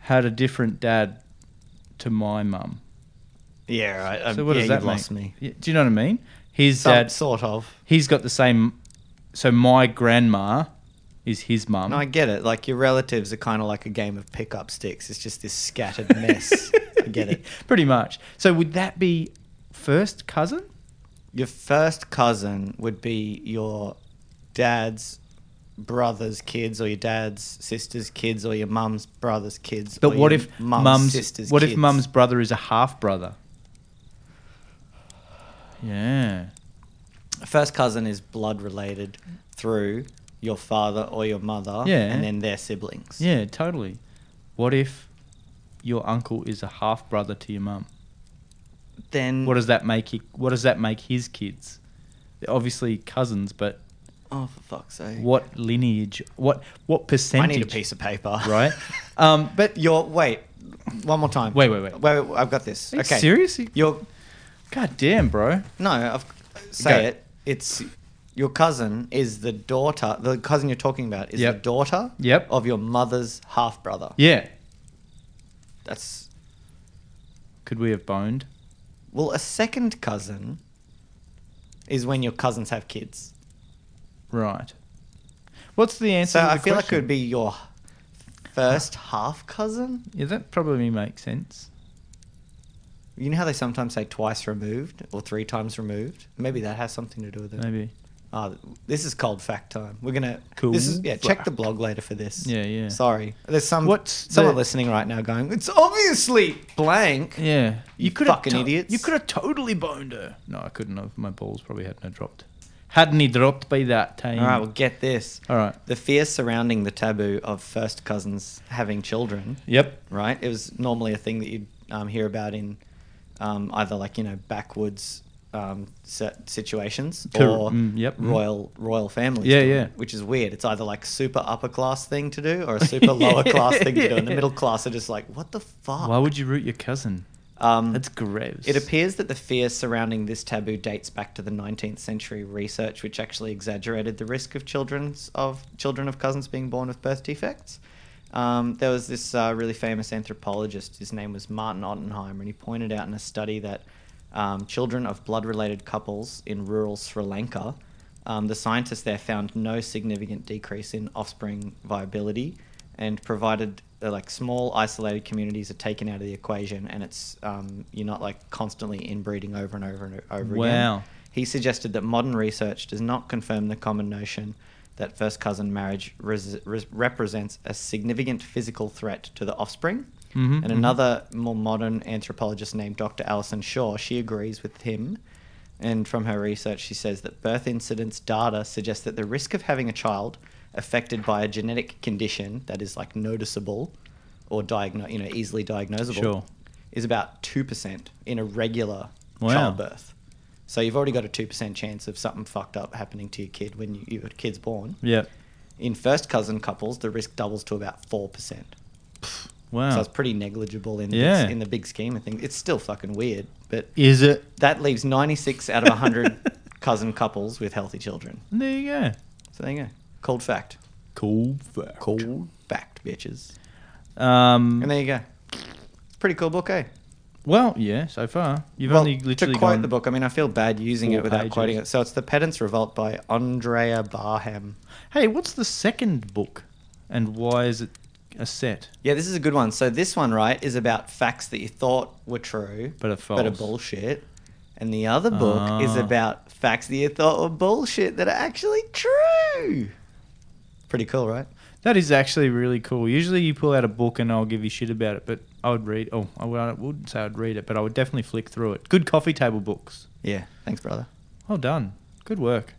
[SPEAKER 2] had a different dad to my mum.
[SPEAKER 1] yeah, right. Um,
[SPEAKER 2] So what
[SPEAKER 1] yeah,
[SPEAKER 2] does that
[SPEAKER 1] you've
[SPEAKER 2] mean?
[SPEAKER 1] lost me.
[SPEAKER 2] Yeah, Do you know what I mean? His
[SPEAKER 1] Some-
[SPEAKER 2] dad,
[SPEAKER 1] sort of.
[SPEAKER 2] he's got the same. So my grandma is his mum.
[SPEAKER 1] No, I get it. Like your relatives are kind of like a game of pickup sticks. It's just this scattered mess. I get it.
[SPEAKER 2] Pretty much. So would that be first cousin?
[SPEAKER 1] Your first cousin would be your dad's brother's kids, or your dad's sister's kids, or your mum's brother's kids.
[SPEAKER 2] But
[SPEAKER 1] or
[SPEAKER 2] what
[SPEAKER 1] your
[SPEAKER 2] if mum's
[SPEAKER 1] sister's
[SPEAKER 2] what if
[SPEAKER 1] kids.
[SPEAKER 2] mum's brother is a half brother? Yeah.
[SPEAKER 1] first cousin is blood related through your father or your mother,
[SPEAKER 2] Yeah.
[SPEAKER 1] and then their siblings.
[SPEAKER 2] Yeah, totally. What if your uncle is a half brother to your mum?
[SPEAKER 1] Then
[SPEAKER 2] What does that make you, what does that make his kids? They're obviously cousins, but
[SPEAKER 1] Oh, for fuck's sake!
[SPEAKER 2] what lineage what what
[SPEAKER 1] I
[SPEAKER 2] percentage
[SPEAKER 1] need a piece of paper,
[SPEAKER 2] right? Um, but
[SPEAKER 1] Your wait, one more time.
[SPEAKER 2] Wait, wait, wait.
[SPEAKER 1] wait, wait, I've got this.
[SPEAKER 2] Are you
[SPEAKER 1] okay,
[SPEAKER 2] serious?
[SPEAKER 1] Your
[SPEAKER 2] God damn, bro.
[SPEAKER 1] no, I've, say
[SPEAKER 2] Go.
[SPEAKER 1] it. It's your cousin is the daughter. The cousin you're talking about is the
[SPEAKER 2] Yep.
[SPEAKER 1] daughter
[SPEAKER 2] Yep.
[SPEAKER 1] of your mother's half brother.
[SPEAKER 2] Yeah.
[SPEAKER 1] That's
[SPEAKER 2] Could we have boned?
[SPEAKER 1] well, a second cousin is when your cousins have kids.
[SPEAKER 2] Right. What's the answer?
[SPEAKER 1] So
[SPEAKER 2] to the
[SPEAKER 1] I feel like it
[SPEAKER 2] question?
[SPEAKER 1] would be your first half cousin.
[SPEAKER 2] Yeah, that probably makes sense.
[SPEAKER 1] You know how they sometimes say twice removed or three times removed? Maybe that has something to do with it.
[SPEAKER 2] Maybe.
[SPEAKER 1] Ah, this is cold fact time. We're gonna
[SPEAKER 2] Cool
[SPEAKER 1] This is yeah. Check the
[SPEAKER 2] fact.
[SPEAKER 1] blog later for this.
[SPEAKER 2] Yeah, yeah.
[SPEAKER 1] Sorry, there's some
[SPEAKER 2] What's
[SPEAKER 1] someone
[SPEAKER 2] the-
[SPEAKER 1] listening right now going. It's obviously blank.
[SPEAKER 2] Yeah.
[SPEAKER 1] You
[SPEAKER 2] have
[SPEAKER 1] fucking idiots.
[SPEAKER 2] You could have totally boned her. No, I couldn't have. My balls probably hadn't have dropped. Hadn't he dropped by that time?
[SPEAKER 1] All right, well, get this.
[SPEAKER 2] All right.
[SPEAKER 1] The fear surrounding the taboo of first cousins having children.
[SPEAKER 2] Yep.
[SPEAKER 1] right? It was normally a thing that you'd um, hear about in um, either like you know backwoods um, si- situations
[SPEAKER 2] Cor-
[SPEAKER 1] or
[SPEAKER 2] mm, yep, mm.
[SPEAKER 1] royal royal families.
[SPEAKER 2] Yeah,
[SPEAKER 1] do it,
[SPEAKER 2] yeah.
[SPEAKER 1] Which is weird. It's either like super upper class thing to do or a super lower class thing to do, and the middle class are just like, what the fuck?
[SPEAKER 2] Why would you root your cousin?
[SPEAKER 1] um,
[SPEAKER 2] That's gross.
[SPEAKER 1] it appears that the fear surrounding this taboo dates back to the 19th century research, which actually exaggerated the risk of children's of children of cousins being born with birth defects. Um, there was this uh, really famous anthropologist. His name was Martin Ottenheimer, and he pointed out in a study that um, children of blood-related couples in rural Sri Lanka, um, the scientists there found no significant decrease in offspring viability, and provided uh, like small isolated communities are taken out of the equation, and it's um, you're not like constantly inbreeding over and over and over again.
[SPEAKER 2] Wow.
[SPEAKER 1] He suggested that modern research does not confirm the common notion that first cousin marriage res- res- represents a significant physical threat to the offspring.
[SPEAKER 2] Mhm,
[SPEAKER 1] And
[SPEAKER 2] mhm.
[SPEAKER 1] another more modern anthropologist named Dr. Alison Shaw, she agrees with him. And from her research, she says that birth incidence data suggests that the risk of having a child affected by a genetic condition that is like noticeable or diagno- you know, easily diagnosable
[SPEAKER 2] Sure.
[SPEAKER 1] is about 2% in a regular
[SPEAKER 2] Wow.
[SPEAKER 1] childbirth. So you've already got a two percent chance of something fucked up happening to your kid when you, your kid's born.
[SPEAKER 2] Yeah.
[SPEAKER 1] In first cousin couples, the risk doubles to about four percent.
[SPEAKER 2] Wow.
[SPEAKER 1] So it's pretty negligible in the,
[SPEAKER 2] Yeah.
[SPEAKER 1] big- in the big scheme of things. It's still fucking weird, but
[SPEAKER 2] Is it?
[SPEAKER 1] that leaves ninety six out of hundred cousin couples with healthy children.
[SPEAKER 2] There you go.
[SPEAKER 1] So there you go. Cold fact.
[SPEAKER 2] Cool fact.
[SPEAKER 1] Cold fact, bitches.
[SPEAKER 2] Um,
[SPEAKER 1] And there you go. It's a pretty cool book, eh?
[SPEAKER 2] well, yeah, so far. You've
[SPEAKER 1] Well,
[SPEAKER 2] only literally
[SPEAKER 1] to quote
[SPEAKER 2] gone-
[SPEAKER 1] the book. I mean, I feel bad using
[SPEAKER 2] four
[SPEAKER 1] it without
[SPEAKER 2] pages.
[SPEAKER 1] quoting it. So it's The Pedant's Revolt by Andrea Barham.
[SPEAKER 2] Hey, what's the second book? And why is it a set?
[SPEAKER 1] Yeah, this is a good one. So this one, right, is about facts that you thought were true,
[SPEAKER 2] But are
[SPEAKER 1] but are
[SPEAKER 2] false.
[SPEAKER 1] bullshit. And the other book is
[SPEAKER 2] Ah.
[SPEAKER 1] about facts that you thought were bullshit that are actually true. Pretty cool, right?
[SPEAKER 2] That is actually really cool. Usually you pull out a book and I'll give you shit about it, but I would read. Oh, I would- I wouldn't say I'd read it, but I would definitely flick through it. Good coffee table books.
[SPEAKER 1] Yeah. Thanks, brother.
[SPEAKER 2] Well done. Good work.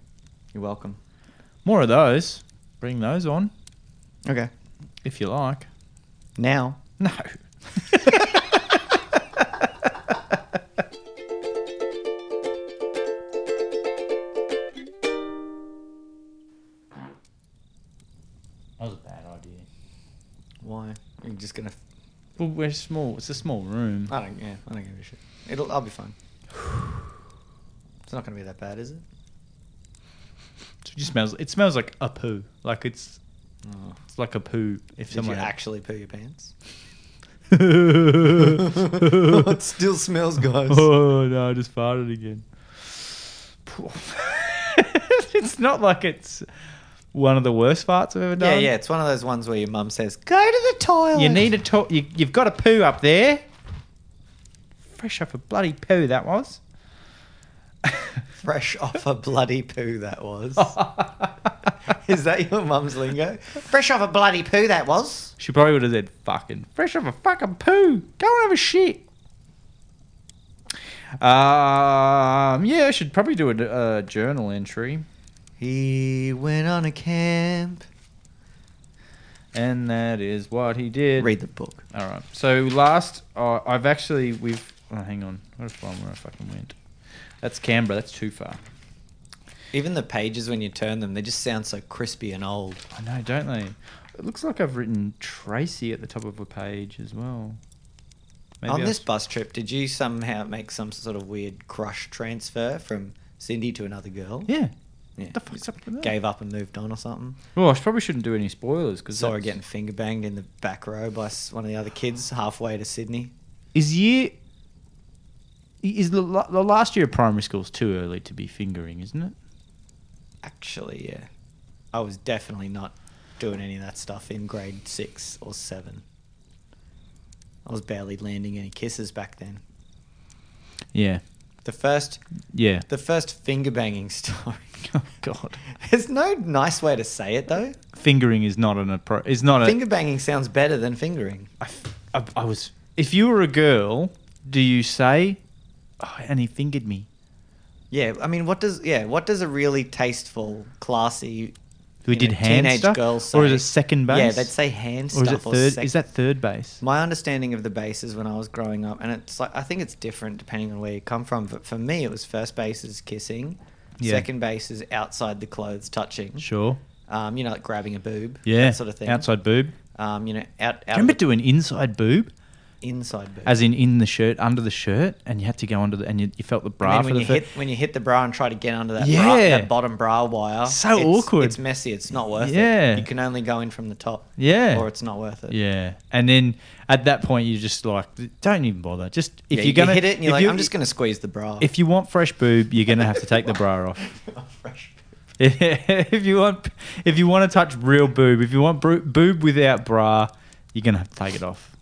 [SPEAKER 1] You're welcome.
[SPEAKER 2] More of those. Bring those on
[SPEAKER 1] Okay.
[SPEAKER 2] if you like.
[SPEAKER 1] Now.
[SPEAKER 2] No. That was a bad idea.
[SPEAKER 1] Why? You're just gonna.
[SPEAKER 2] Well, we're small. It's a small room.
[SPEAKER 1] I don't. Yeah. I don't give a shit. It'll. I'll be fine. It's not gonna be that bad, is it?
[SPEAKER 2] It just smells. It smells like a poo. Like it's,
[SPEAKER 1] Oh.
[SPEAKER 2] it's like a poo. If
[SPEAKER 1] Did
[SPEAKER 2] someone
[SPEAKER 1] you actually poo your pants?
[SPEAKER 2] it
[SPEAKER 1] it still smells, guys.
[SPEAKER 2] Oh no! I just farted again. it's not like it's one of the worst farts I've ever
[SPEAKER 1] Yeah,
[SPEAKER 2] done.
[SPEAKER 1] yeah. It's one of those ones where your mum says, "Go to the toilet."
[SPEAKER 2] You need a to- you, You've got a poo up there. Fresh off a bloody poo that was.
[SPEAKER 1] fresh off a bloody poo. That was. Is that your mum's lingo? Fresh off a bloody poo. That was.
[SPEAKER 2] She probably would have said fucking fresh off a fucking poo. Don't have a shit. Um, yeah, I should probably do a, a journal entry,
[SPEAKER 1] He went on a camp.
[SPEAKER 2] and that is what he did.
[SPEAKER 1] Read the book.
[SPEAKER 2] All right. So last, uh, I've actually we've. Oh, hang on. What if I'm where I fucking went? That's Canberra. That's too far.
[SPEAKER 1] Even the pages when you turn them, they just sound so crispy and old.
[SPEAKER 2] I know, don't they? It looks like I've written Tracy at the top of a page as well.
[SPEAKER 1] on
[SPEAKER 2] I
[SPEAKER 1] this
[SPEAKER 2] s-
[SPEAKER 1] bus trip, did you somehow make some sort of weird crush transfer from Cindy to another girl?
[SPEAKER 2] yeah.
[SPEAKER 1] Yeah.
[SPEAKER 2] The fuck's up with that?
[SPEAKER 1] Gave up and moved on or something.
[SPEAKER 2] Well, I sh- probably shouldn't do any spoilers because
[SPEAKER 1] Saw her getting finger banged in the back row by s- one of the other kids halfway to Sydney.
[SPEAKER 2] Is year is the, la- the last year of primary school's too early to be fingering, isn't it?
[SPEAKER 1] Actually, yeah. I was definitely not doing any of that stuff in grade six or seven. I was barely landing any kisses back then.
[SPEAKER 2] Yeah.
[SPEAKER 1] The first,
[SPEAKER 2] Yeah.
[SPEAKER 1] the first finger banging story.
[SPEAKER 2] Oh God.
[SPEAKER 1] There's no nice way to say it though.
[SPEAKER 2] Fingering is not an appro- is not a
[SPEAKER 1] Finger banging sounds better than fingering.
[SPEAKER 2] I, f- I- I was. If you were a girl, do you say, oh, and he fingered me?
[SPEAKER 1] Yeah, I mean, what does yeah, what does a really tasteful, classy,
[SPEAKER 2] We
[SPEAKER 1] you
[SPEAKER 2] did
[SPEAKER 1] know,
[SPEAKER 2] hand
[SPEAKER 1] teenage
[SPEAKER 2] stuff,
[SPEAKER 1] girl
[SPEAKER 2] or is
[SPEAKER 1] say?
[SPEAKER 2] it second base?
[SPEAKER 1] Yeah, they'd say hand
[SPEAKER 2] or is it
[SPEAKER 1] stuff.
[SPEAKER 2] third?
[SPEAKER 1] sec-
[SPEAKER 2] is that third base?
[SPEAKER 1] My understanding of the bases when I was growing up, and it's like I think it's different depending on where you come from. But for me, it was first base is kissing,
[SPEAKER 2] Yeah.
[SPEAKER 1] second base is outside the clothes touching.
[SPEAKER 2] Sure.
[SPEAKER 1] Um, you know, like grabbing a boob.
[SPEAKER 2] Yeah.
[SPEAKER 1] that sort of thing.
[SPEAKER 2] Outside boob. Do
[SPEAKER 1] Um, you know, out. out
[SPEAKER 2] you remember
[SPEAKER 1] of the
[SPEAKER 2] doing inside boob,
[SPEAKER 1] inside boob.
[SPEAKER 2] as in in the shirt, under the shirt, and you had to go under the, and you, you felt the bra
[SPEAKER 1] I mean,
[SPEAKER 2] for
[SPEAKER 1] when
[SPEAKER 2] the
[SPEAKER 1] you
[SPEAKER 2] fir-
[SPEAKER 1] hit when you hit the bra and try to get under that bra,
[SPEAKER 2] Yeah.
[SPEAKER 1] that bottom bra wire.
[SPEAKER 2] So
[SPEAKER 1] it's-
[SPEAKER 2] awkward.
[SPEAKER 1] It's messy. It's not worth
[SPEAKER 2] Yeah.
[SPEAKER 1] it. You can only go in from the top.
[SPEAKER 2] Yeah.
[SPEAKER 1] Or it's not worth it.
[SPEAKER 2] Yeah, and then at that point you're just like, don't even bother. Just if
[SPEAKER 1] Yeah,
[SPEAKER 2] you're gonna
[SPEAKER 1] you hit it, and you're
[SPEAKER 2] if
[SPEAKER 1] like,
[SPEAKER 2] you-
[SPEAKER 1] I'm just gonna squeeze the bra.
[SPEAKER 2] If you want fresh boob, you're gonna have to take the bra off.
[SPEAKER 1] Fresh boob.
[SPEAKER 2] if you want if you want to touch real boob, if you want bro- boob without bra, you're gonna have to take it off.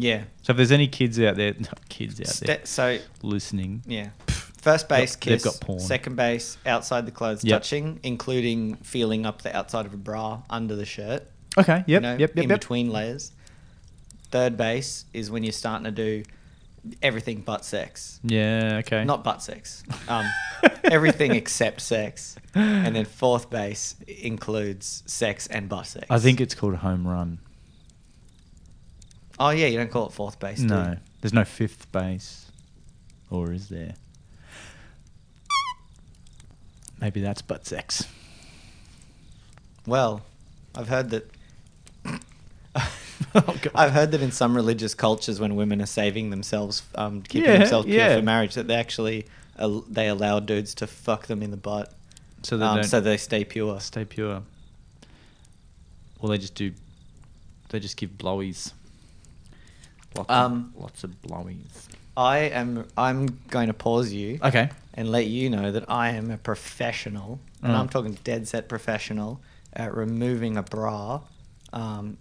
[SPEAKER 1] Yeah.
[SPEAKER 2] So if there's any kids out there, not kids out there
[SPEAKER 1] Ste- so
[SPEAKER 2] listening,
[SPEAKER 1] Yeah. First base
[SPEAKER 2] Yep, they've
[SPEAKER 1] kiss.
[SPEAKER 2] got porn.
[SPEAKER 1] Second base outside the clothes
[SPEAKER 2] Yep.
[SPEAKER 1] touching, including feeling up the outside of a bra under the shirt.
[SPEAKER 2] okay, yep,
[SPEAKER 1] you know,
[SPEAKER 2] yep,
[SPEAKER 1] in
[SPEAKER 2] yep, yep.
[SPEAKER 1] between layers. Third base is when you're starting to do everything but sex.
[SPEAKER 2] Yeah, okay.
[SPEAKER 1] Not butt sex. Um, everything except sex. And then fourth base includes sex and butt sex.
[SPEAKER 2] I think it's called a home run.
[SPEAKER 1] Oh yeah, you don't call it fourth base. do
[SPEAKER 2] No,
[SPEAKER 1] you?
[SPEAKER 2] there's no fifth base, or is there? Maybe that's butt sex.
[SPEAKER 1] Well, I've heard that.
[SPEAKER 2] Oh, God.
[SPEAKER 1] I've heard that in some religious cultures, when women are saving themselves, um, keeping
[SPEAKER 2] Yeah,
[SPEAKER 1] themselves pure
[SPEAKER 2] yeah.
[SPEAKER 1] for marriage, that they actually al- they allow dudes to fuck them in the butt,
[SPEAKER 2] So they
[SPEAKER 1] um,
[SPEAKER 2] don't
[SPEAKER 1] so they stay pure.
[SPEAKER 2] stay pure. Or they just do. They just give blowies. Lots,
[SPEAKER 1] Um,
[SPEAKER 2] of, lots of blowies.
[SPEAKER 1] I am. I'm going to pause you
[SPEAKER 2] Okay.
[SPEAKER 1] and let you know that I am a professional, and
[SPEAKER 2] Mm.
[SPEAKER 1] I'm talking dead set professional at removing a bra, um,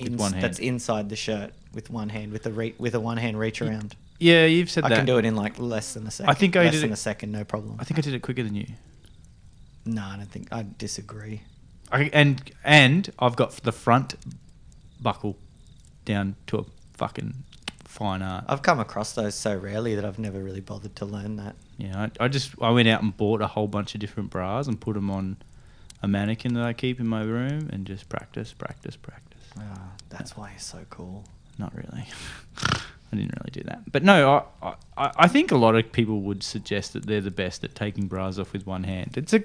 [SPEAKER 2] With one hand.
[SPEAKER 1] that's inside the shirt with one hand, with a re- with a one hand reach around.
[SPEAKER 2] Yeah, you've said
[SPEAKER 1] I
[SPEAKER 2] that.
[SPEAKER 1] can do it in like less than a second.
[SPEAKER 2] think I
[SPEAKER 1] less
[SPEAKER 2] did
[SPEAKER 1] than
[SPEAKER 2] it-
[SPEAKER 1] a second, no problem.
[SPEAKER 2] I think I did it quicker than you.
[SPEAKER 1] no, I don't think I disagree.
[SPEAKER 2] I, and and I've got the front buckle down to a fucking fine art.
[SPEAKER 1] I've come across those so rarely that I've never really bothered to learn that.
[SPEAKER 2] Yeah, I, I just I went out and bought a whole bunch of different bras and put them on a mannequin that I keep in my room and just practice, practice, practice.
[SPEAKER 1] Ah, that's why it's so cool.
[SPEAKER 2] Not really. I didn't really do that, but no, I, I I think a lot of people would suggest that they're the best at taking bras off with one hand. It's a,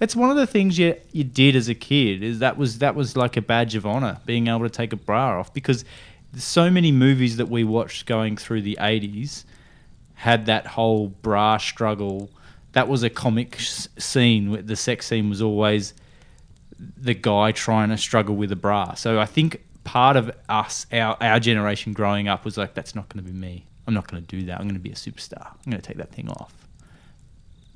[SPEAKER 2] it's one of the things you you did as a kid is that was that was like a badge of honor being able to take a bra off because so many movies that we watched going through the eighties had that whole bra struggle. That was a comic s- scene. where The sex scene was always the guy trying to struggle with a bra. So I think part of us, our, our generation growing up, was like, that's not going to be me. I'm not going to do that. I'm going to be a superstar. I'm going to take that thing off.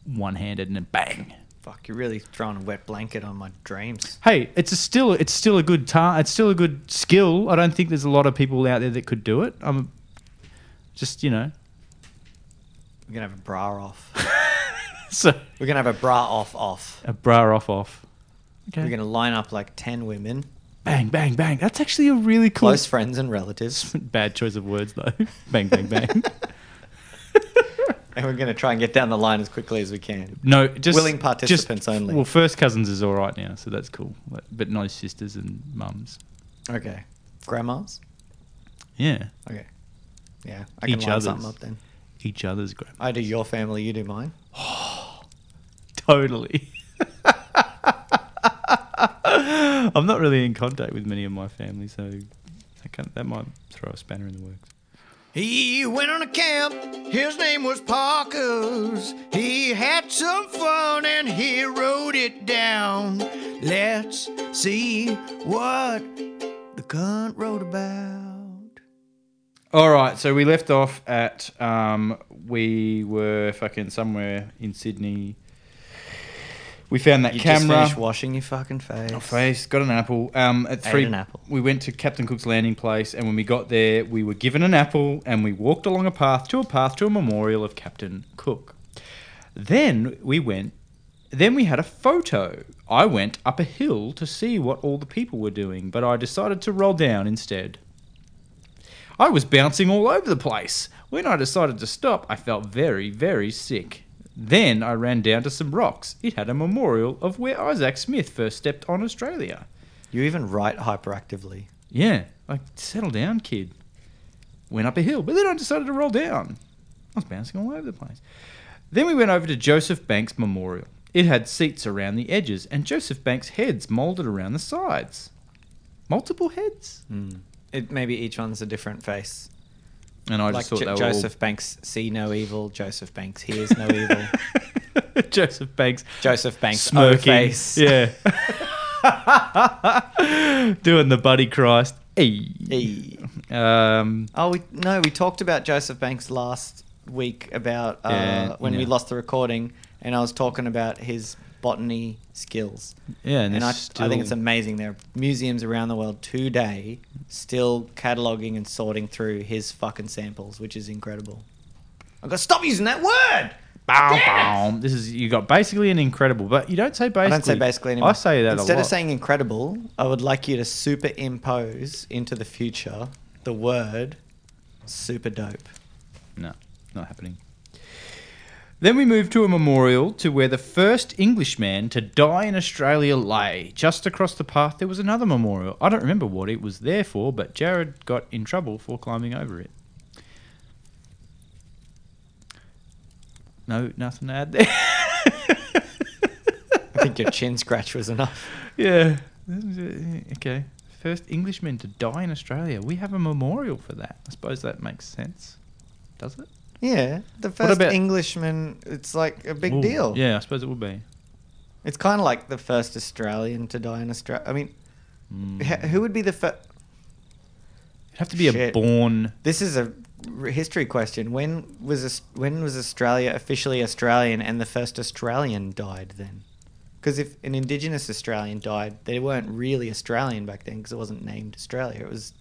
[SPEAKER 2] One handed and then bang.
[SPEAKER 1] Fuck, you're really throwing a wet blanket on my dreams.
[SPEAKER 2] Hey, it's a still it's still a good ta- it's still a good skill. I don't think there's a lot of people out there that could do it. I'm just you know
[SPEAKER 1] We're gonna have a bra off.
[SPEAKER 2] so
[SPEAKER 1] We're gonna have a bra off off.
[SPEAKER 2] a bra off off.
[SPEAKER 1] We're
[SPEAKER 2] Okay,
[SPEAKER 1] gonna line up like ten women,
[SPEAKER 2] bang bang bang. That's actually a really cool
[SPEAKER 1] close friends and relatives,
[SPEAKER 2] bad choice of words though. bang bang bang.
[SPEAKER 1] and we're gonna try and get down the line as quickly as we can.
[SPEAKER 2] No, just
[SPEAKER 1] Willing
[SPEAKER 2] just-
[SPEAKER 1] participants only.
[SPEAKER 2] Well, first cousins is all right now, so that's cool. But, but no sisters and mums.
[SPEAKER 1] Okay, grandmas.
[SPEAKER 2] Yeah,
[SPEAKER 1] Okay, yeah, I can
[SPEAKER 2] Each
[SPEAKER 1] line
[SPEAKER 2] other's.
[SPEAKER 1] something up then.
[SPEAKER 2] each other's grandma.
[SPEAKER 1] I do your family, you do mine.
[SPEAKER 2] Totally. I'm not really in contact with many of my family, so that, can, that might throw a spanner in the works.
[SPEAKER 1] He went on a camp, his name was Parker's. He had some fun and he wrote it down. Let's see what the cunt wrote about.
[SPEAKER 2] All right, so we left off at um, we were fucking somewhere in Sydney. We found that
[SPEAKER 1] You just
[SPEAKER 2] camera.
[SPEAKER 1] finished washing your fucking face.
[SPEAKER 2] My face got an apple. Um, at
[SPEAKER 1] Ate
[SPEAKER 2] three,
[SPEAKER 1] an apple.
[SPEAKER 2] we went to Captain Cook's landing place, and when we got there, we were given an apple, and we walked along a path to a path to a memorial of Captain Cook. Then we went. Then we had a photo. I went up a hill to see what all the people were doing, but I decided to roll down instead. I was bouncing all over the place. When I decided to stop, I felt very, very sick. Then I ran down to some rocks. It had a memorial of where Isaac Smith first stepped on Australia.
[SPEAKER 1] You even write hyperactively.
[SPEAKER 2] Yeah, like, settle down, kid. Went up a hill, but then I decided to roll down. I was bouncing all over the place. Then we went over to Joseph Banks Memorial. It had seats around the edges and Joseph Banks' heads moulded around the sides. Multiple heads.
[SPEAKER 1] It maybe each one's a different face.
[SPEAKER 2] And I
[SPEAKER 1] like
[SPEAKER 2] just thought
[SPEAKER 1] Jo-
[SPEAKER 2] they were all
[SPEAKER 1] Joseph Banks see no evil, Joseph Banks hears no evil,
[SPEAKER 2] Joseph Banks.
[SPEAKER 1] Joseph Banks smirking.
[SPEAKER 2] smirking.
[SPEAKER 1] face.
[SPEAKER 2] Yeah. Doing the Buddy Christ. Hey.
[SPEAKER 1] Hey.
[SPEAKER 2] Um,
[SPEAKER 1] Oh we, no, we talked about Joseph Banks last week about uh,
[SPEAKER 2] Yeah,
[SPEAKER 1] when we
[SPEAKER 2] yeah.
[SPEAKER 1] lost the recording, and I was talking about his botany skills.
[SPEAKER 2] yeah, and,
[SPEAKER 1] And, I,
[SPEAKER 2] there's still,
[SPEAKER 1] I think it's amazing. There are museums around the world today still cataloging and sorting through his fucking samples, which is incredible. I've got to stop using that word.
[SPEAKER 2] Bow, bow. This is you got basically an incredible, but you don't say basically.
[SPEAKER 1] I don't say basically anymore.
[SPEAKER 2] I say that
[SPEAKER 1] Instead
[SPEAKER 2] a lot.
[SPEAKER 1] of saying incredible, I would like you to superimpose into the future the word super dope.
[SPEAKER 2] No, not happening. Then we moved to a memorial to where the first Englishman to die in Australia lay. Just across the path, there was another memorial. I don't remember what it was there for, but Jared got in trouble for climbing over it. No, nothing to add there.
[SPEAKER 1] think your chin scratch was enough.
[SPEAKER 2] Yeah. Okay. First Englishman to die in Australia. We have a memorial for that. I suppose that makes sense. Does it?
[SPEAKER 1] Yeah, the first
[SPEAKER 2] about-
[SPEAKER 1] Englishman. It's like a big
[SPEAKER 2] Ooh,
[SPEAKER 1] deal.
[SPEAKER 2] Yeah, I suppose it would be.
[SPEAKER 1] It's kind of like the first Australian to die in Australia. I mean,
[SPEAKER 2] Mm.
[SPEAKER 1] h- who would be the first?
[SPEAKER 2] It'd have to be a
[SPEAKER 1] Shit.
[SPEAKER 2] born.
[SPEAKER 1] This is a r- history question. When was Aus- when was Australia officially Australian and the first Australian died then? Because if an Indigenous Australian died, they weren't really Australian back then because it wasn't named Australia. It was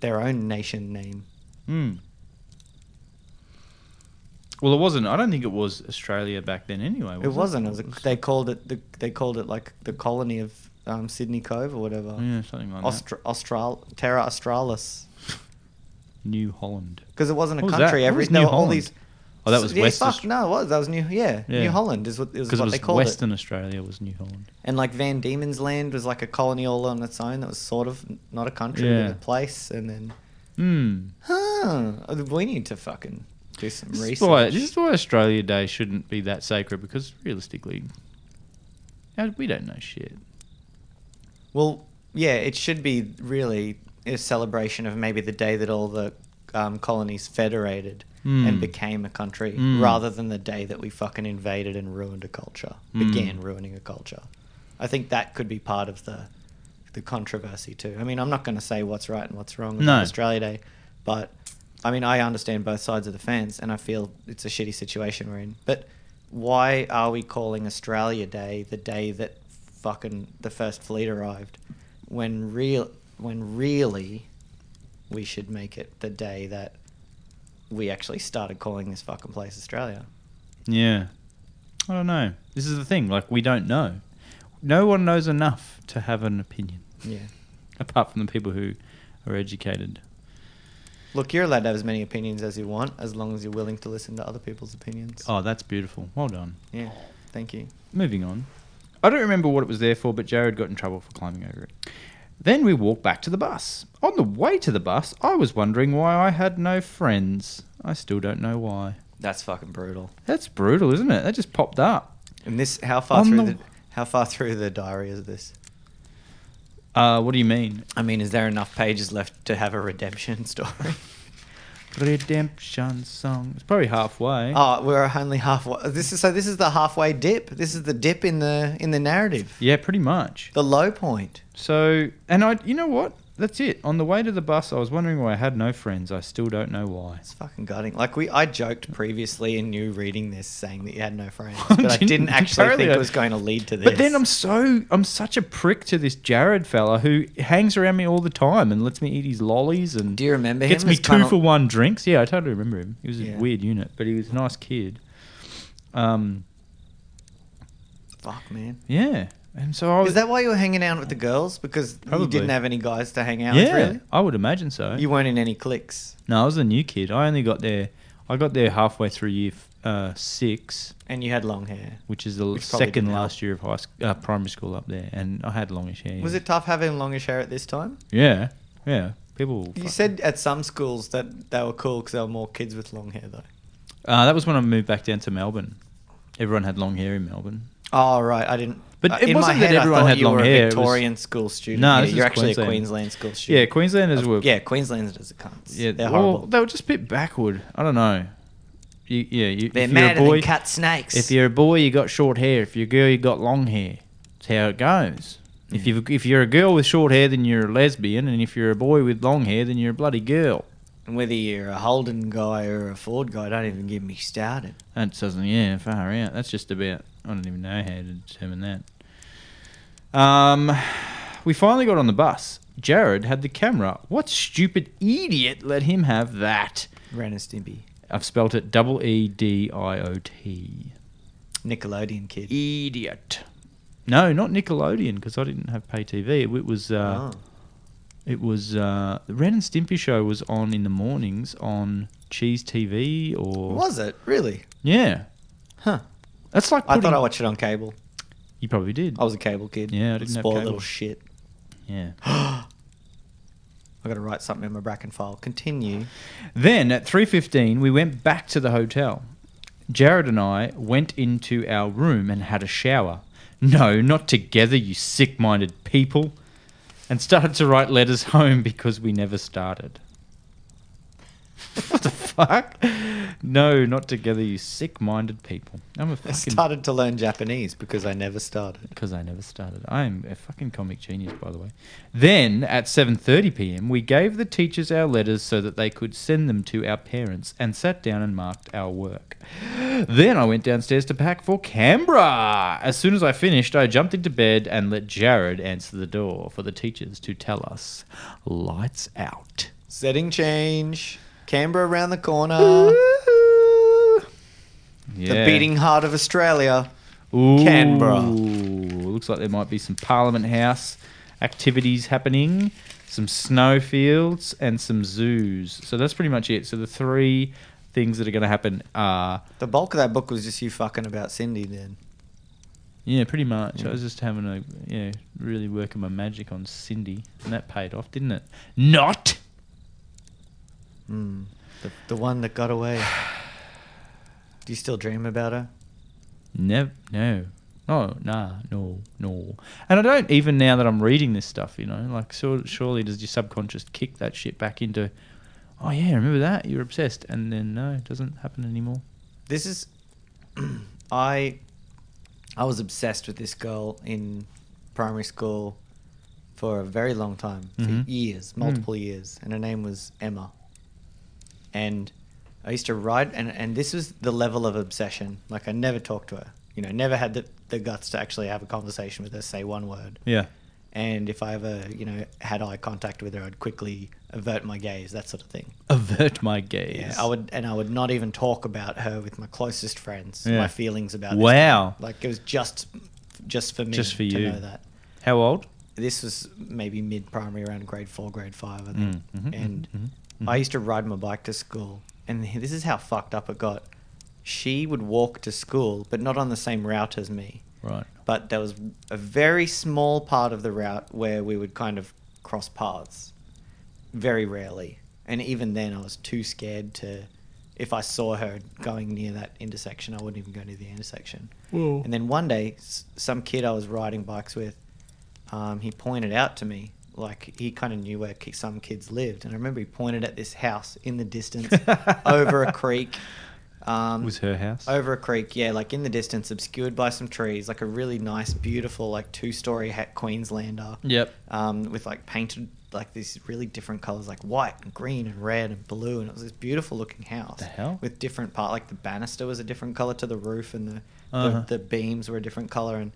[SPEAKER 1] their own nation name.
[SPEAKER 2] Hmm. Well, it wasn't. I don't think it was Australia back then. Anyway, was
[SPEAKER 1] It wasn't. It was, they called it the, they called it like the colony of um, Sydney Cove or whatever.
[SPEAKER 2] Yeah, something like that.
[SPEAKER 1] Austra- Austral Terra Australis.
[SPEAKER 2] New Holland.
[SPEAKER 1] Because it wasn't a
[SPEAKER 2] What was that?
[SPEAKER 1] country.
[SPEAKER 2] What
[SPEAKER 1] Every
[SPEAKER 2] was
[SPEAKER 1] there
[SPEAKER 2] New
[SPEAKER 1] were all
[SPEAKER 2] Holland?
[SPEAKER 1] these.
[SPEAKER 2] Oh, that was
[SPEAKER 1] yeah,
[SPEAKER 2] West.
[SPEAKER 1] Fuck, no, it was. That was New. Yeah,
[SPEAKER 2] Yeah.
[SPEAKER 1] New Holland is what is what
[SPEAKER 2] Because it was
[SPEAKER 1] they called
[SPEAKER 2] Western
[SPEAKER 1] it.
[SPEAKER 2] Australia was New Holland.
[SPEAKER 1] And like Van Diemen's Land was like a colony all on its own. That was sort of not a country,
[SPEAKER 2] Yeah.
[SPEAKER 1] but a place. And then,
[SPEAKER 2] Hmm.
[SPEAKER 1] huh? We need to fucking do some
[SPEAKER 2] This
[SPEAKER 1] research.
[SPEAKER 2] is, why, this is why Australia Day shouldn't be that sacred because realistically, how- we don't know shit.
[SPEAKER 1] Well, yeah, it should be really a celebration of maybe the day that all the um, colonies federated
[SPEAKER 2] Mm.
[SPEAKER 1] and became a country,
[SPEAKER 2] Mm.
[SPEAKER 1] rather than the day that we fucking invaded and ruined a culture,
[SPEAKER 2] Mm.
[SPEAKER 1] began ruining a culture. I think that could be part of the the controversy too. I mean, I'm not going to say what's right and what's wrong about
[SPEAKER 2] No.
[SPEAKER 1] Australia Day, but I mean, I understand both sides of the fence, and I feel it's a shitty situation we're in. But why are we calling Australia Day the day that fucking the first fleet arrived, when real when really we should make it the day that we actually started calling this fucking place Australia?
[SPEAKER 2] Yeah. I don't know. This is the thing. Like, we don't know. No one knows enough to have an opinion,
[SPEAKER 1] Yeah.
[SPEAKER 2] apart from the people who are educated.
[SPEAKER 1] Look, you're allowed to have as many opinions as you want, as long as you're willing to listen to other people's opinions.
[SPEAKER 2] Oh, that's beautiful. Well done.
[SPEAKER 1] Yeah. Thank you.
[SPEAKER 2] Moving on. I don't remember what it was there for, but Jared got in trouble for climbing over it. Then we walked back to the bus. On the way to the bus, I was wondering why I had no friends. I still don't know why.
[SPEAKER 1] That's fucking brutal.
[SPEAKER 2] That's brutal, isn't it? That just popped up.
[SPEAKER 1] And this, how far
[SPEAKER 2] On
[SPEAKER 1] through
[SPEAKER 2] the-
[SPEAKER 1] the how far through the diary is this?
[SPEAKER 2] Uh, what do you mean?
[SPEAKER 1] I mean, is there enough pages left to have a redemption story?
[SPEAKER 2] Redemption song. It's probably halfway.
[SPEAKER 1] oh, we're only halfway. This is so. This is the halfway dip. This is the dip in the in the narrative.
[SPEAKER 2] Yeah, pretty much.
[SPEAKER 1] The low point.
[SPEAKER 2] So, and I, you know what? That's it. On the way to the bus, I was wondering why I had no friends. I still don't know why.
[SPEAKER 1] It's fucking gutting. Like we, I joked previously in you reading this, saying that you had no friends, but I didn't actually
[SPEAKER 2] Apparently
[SPEAKER 1] think
[SPEAKER 2] I-
[SPEAKER 1] it was going to lead to this.
[SPEAKER 2] But then I'm so I'm such a prick to this Jared fella who hangs around me all the time and lets me eat his lollies and
[SPEAKER 1] Do you remember him?
[SPEAKER 2] gets me
[SPEAKER 1] It's
[SPEAKER 2] two
[SPEAKER 1] kinda-
[SPEAKER 2] for one drinks. Yeah, I totally remember him. He was a
[SPEAKER 1] Yeah.
[SPEAKER 2] weird unit, but he was a nice kid. Um,
[SPEAKER 1] Fuck, man.
[SPEAKER 2] yeah, and so I was
[SPEAKER 1] Is that why you were hanging out with the girls? Because
[SPEAKER 2] Oh, Probably.
[SPEAKER 1] you didn't have any guys to hang out
[SPEAKER 2] yeah,
[SPEAKER 1] with, really?
[SPEAKER 2] I would imagine so.
[SPEAKER 1] You weren't in any cliques,
[SPEAKER 2] no, I was a new kid. I only got there. I got there halfway through year f- uh, six.
[SPEAKER 1] and you had long hair.
[SPEAKER 2] which is the
[SPEAKER 1] Which probably
[SPEAKER 2] second
[SPEAKER 1] didn't
[SPEAKER 2] last year of high school, uh, primary school up there, and I had longish hair.
[SPEAKER 1] Was it tough having longish hair at this time?
[SPEAKER 2] Yeah, yeah. People.
[SPEAKER 1] You
[SPEAKER 2] fuck-
[SPEAKER 1] said at some schools that they were cool because there were more kids with long hair, though.
[SPEAKER 2] uh, that was when I moved back down to Melbourne. Everyone had long hair in Melbourne.
[SPEAKER 1] Oh right, I didn't.
[SPEAKER 2] But
[SPEAKER 1] I-
[SPEAKER 2] it
[SPEAKER 1] in my
[SPEAKER 2] wasn't that
[SPEAKER 1] head, I
[SPEAKER 2] everyone
[SPEAKER 1] thought
[SPEAKER 2] had
[SPEAKER 1] you
[SPEAKER 2] long
[SPEAKER 1] were a
[SPEAKER 2] hair, it was-
[SPEAKER 1] Victorian school student.
[SPEAKER 2] No,
[SPEAKER 1] Yeah,
[SPEAKER 2] this is
[SPEAKER 1] you're actually
[SPEAKER 2] Queensland.
[SPEAKER 1] a Queensland school student.
[SPEAKER 2] Yeah, Queenslanders were.
[SPEAKER 1] Yeah, Queenslanders are cunts.
[SPEAKER 2] yeah,
[SPEAKER 1] they're
[SPEAKER 2] well,
[SPEAKER 1] horrible.
[SPEAKER 2] They were just a bit backward. I don't know. You, yeah, you,
[SPEAKER 1] they're
[SPEAKER 2] if you're a
[SPEAKER 1] madder
[SPEAKER 2] boy,
[SPEAKER 1] than cut snakes.
[SPEAKER 2] if you're a boy, you got short hair. If you're a girl, you got long hair. That's how it goes. If you if you're a girl with short hair, then you're a lesbian, and if you're a boy with long hair, then you're a bloody girl.
[SPEAKER 1] And whether you're a Holden guy or a Ford guy, don't even get me started.
[SPEAKER 2] That doesn't, yeah, far out. That's just about, I don't even know how to determine that. Um, we finally got on the bus. Jared had the camera. What stupid idiot let him have that?
[SPEAKER 1] Ren and Stimpy,
[SPEAKER 2] I've spelt it double E D I O T.
[SPEAKER 1] Nickelodeon kid.
[SPEAKER 2] Idiot. No, not Nickelodeon because I didn't have pay TV. It, was uh,
[SPEAKER 1] Oh.
[SPEAKER 2] it was uh, the Ren and Stimpy show was on in the mornings on Cheese TV or
[SPEAKER 1] Was it really?
[SPEAKER 2] yeah.
[SPEAKER 1] Huh.
[SPEAKER 2] That's like
[SPEAKER 1] I
[SPEAKER 2] putting,
[SPEAKER 1] thought I Oh. watched it on cable.
[SPEAKER 2] you probably did.
[SPEAKER 1] I was a cable kid.
[SPEAKER 2] Yeah, I didn't have
[SPEAKER 1] Spoiled
[SPEAKER 2] cable.
[SPEAKER 1] little shit.
[SPEAKER 2] Yeah.
[SPEAKER 1] I got to write something in my Bracken file. Continue.
[SPEAKER 2] Then at 3:15 we went back to the hotel. Jared and I went into our room and had a shower. No, not together, you sick minded people. And started to write letters home because we never started. what the fuck? No, not together, you sick minded people. I'm a
[SPEAKER 1] I
[SPEAKER 2] fucking.
[SPEAKER 1] started to learn Japanese because I never started.
[SPEAKER 2] because I never started. I am a fucking comic genius, by the way. Then at 7:30 p.m., we gave the teachers our letters so that they could send them to our parents, and sat down and marked our work. Then I went downstairs to pack for Canberra. As soon as I finished, I jumped into bed and let Jared answer the door for the teachers to tell us, "Lights out."
[SPEAKER 1] Setting change. Canberra around the corner. The
[SPEAKER 2] Yeah.
[SPEAKER 1] beating heart of Australia.
[SPEAKER 2] Ooh,
[SPEAKER 1] Canberra.
[SPEAKER 2] Looks like there might be some Parliament House activities happening, some snow fields, and some zoos. So that's pretty much it. So the three things that are going to happen are
[SPEAKER 1] The bulk of that book was just you fucking about Cindy then.
[SPEAKER 2] yeah, pretty much.
[SPEAKER 1] Yeah.
[SPEAKER 2] I was just having a yeah, really working my magic on Cindy, and that paid off, didn't it? Not.
[SPEAKER 1] Mm. The, the one that got away. Do you still dream about her?
[SPEAKER 2] Never, no, no, nah, no, no. And I don't even now that I'm reading this stuff, you know, like sur surely does your subconscious kick that shit back into, oh yeah, remember that you're obsessed, and then no, it doesn't happen anymore.
[SPEAKER 1] This is I I was obsessed with this girl in primary school for a very long time, for
[SPEAKER 2] Mhm.
[SPEAKER 1] years, multiple years, and her name was Emma. And I used to write and and this was the level of obsession. Like I never talked to her. You know, never had the, the guts to actually have a conversation with her, say one word.
[SPEAKER 2] Yeah,
[SPEAKER 1] And if I ever, you know, had eye contact with her, I'd quickly avert my gaze, that sort of thing.
[SPEAKER 2] avert my gaze.
[SPEAKER 1] Yeah, I would, and I would not even talk about her with my closest friends.
[SPEAKER 2] Yeah.
[SPEAKER 1] My feelings about this
[SPEAKER 2] Wow.
[SPEAKER 1] girl. like it was just, just for me,
[SPEAKER 2] Just
[SPEAKER 1] to
[SPEAKER 2] for you.
[SPEAKER 1] know that
[SPEAKER 2] How old?
[SPEAKER 1] this was maybe mid-primary, around grade four, grade five, I think.
[SPEAKER 2] Mm, mhm,
[SPEAKER 1] And
[SPEAKER 2] mhm, mhm,
[SPEAKER 1] I
[SPEAKER 2] mhm.
[SPEAKER 1] used to ride my bike to school, and this is how fucked up it got. She would walk to school, but not on the same route as me.
[SPEAKER 2] Right.
[SPEAKER 1] But there was a very small part of the route where we would kind of cross paths very rarely. And even then, I was too scared to. If I saw her going near that intersection, I wouldn't even go near the intersection.
[SPEAKER 2] Whoa.
[SPEAKER 1] And then one day, s- some kid I was riding bikes with, um, he pointed out to me, like he kind of knew where ki- some kids lived. And I remember he pointed at this house in the distance over a creek. Um,
[SPEAKER 2] was her house
[SPEAKER 1] over a creek, yeah, like in the distance, obscured by some trees, like a really nice, beautiful, like two-story hat Queenslander.
[SPEAKER 2] Yep.
[SPEAKER 1] Um, with like painted like these really different colors, like white and green and red and blue, and it was this beautiful-looking house.
[SPEAKER 2] The hell?
[SPEAKER 1] With different part, like the banister was a different color to the roof, and the
[SPEAKER 2] Uh-huh.
[SPEAKER 1] the, the beams were a different color. And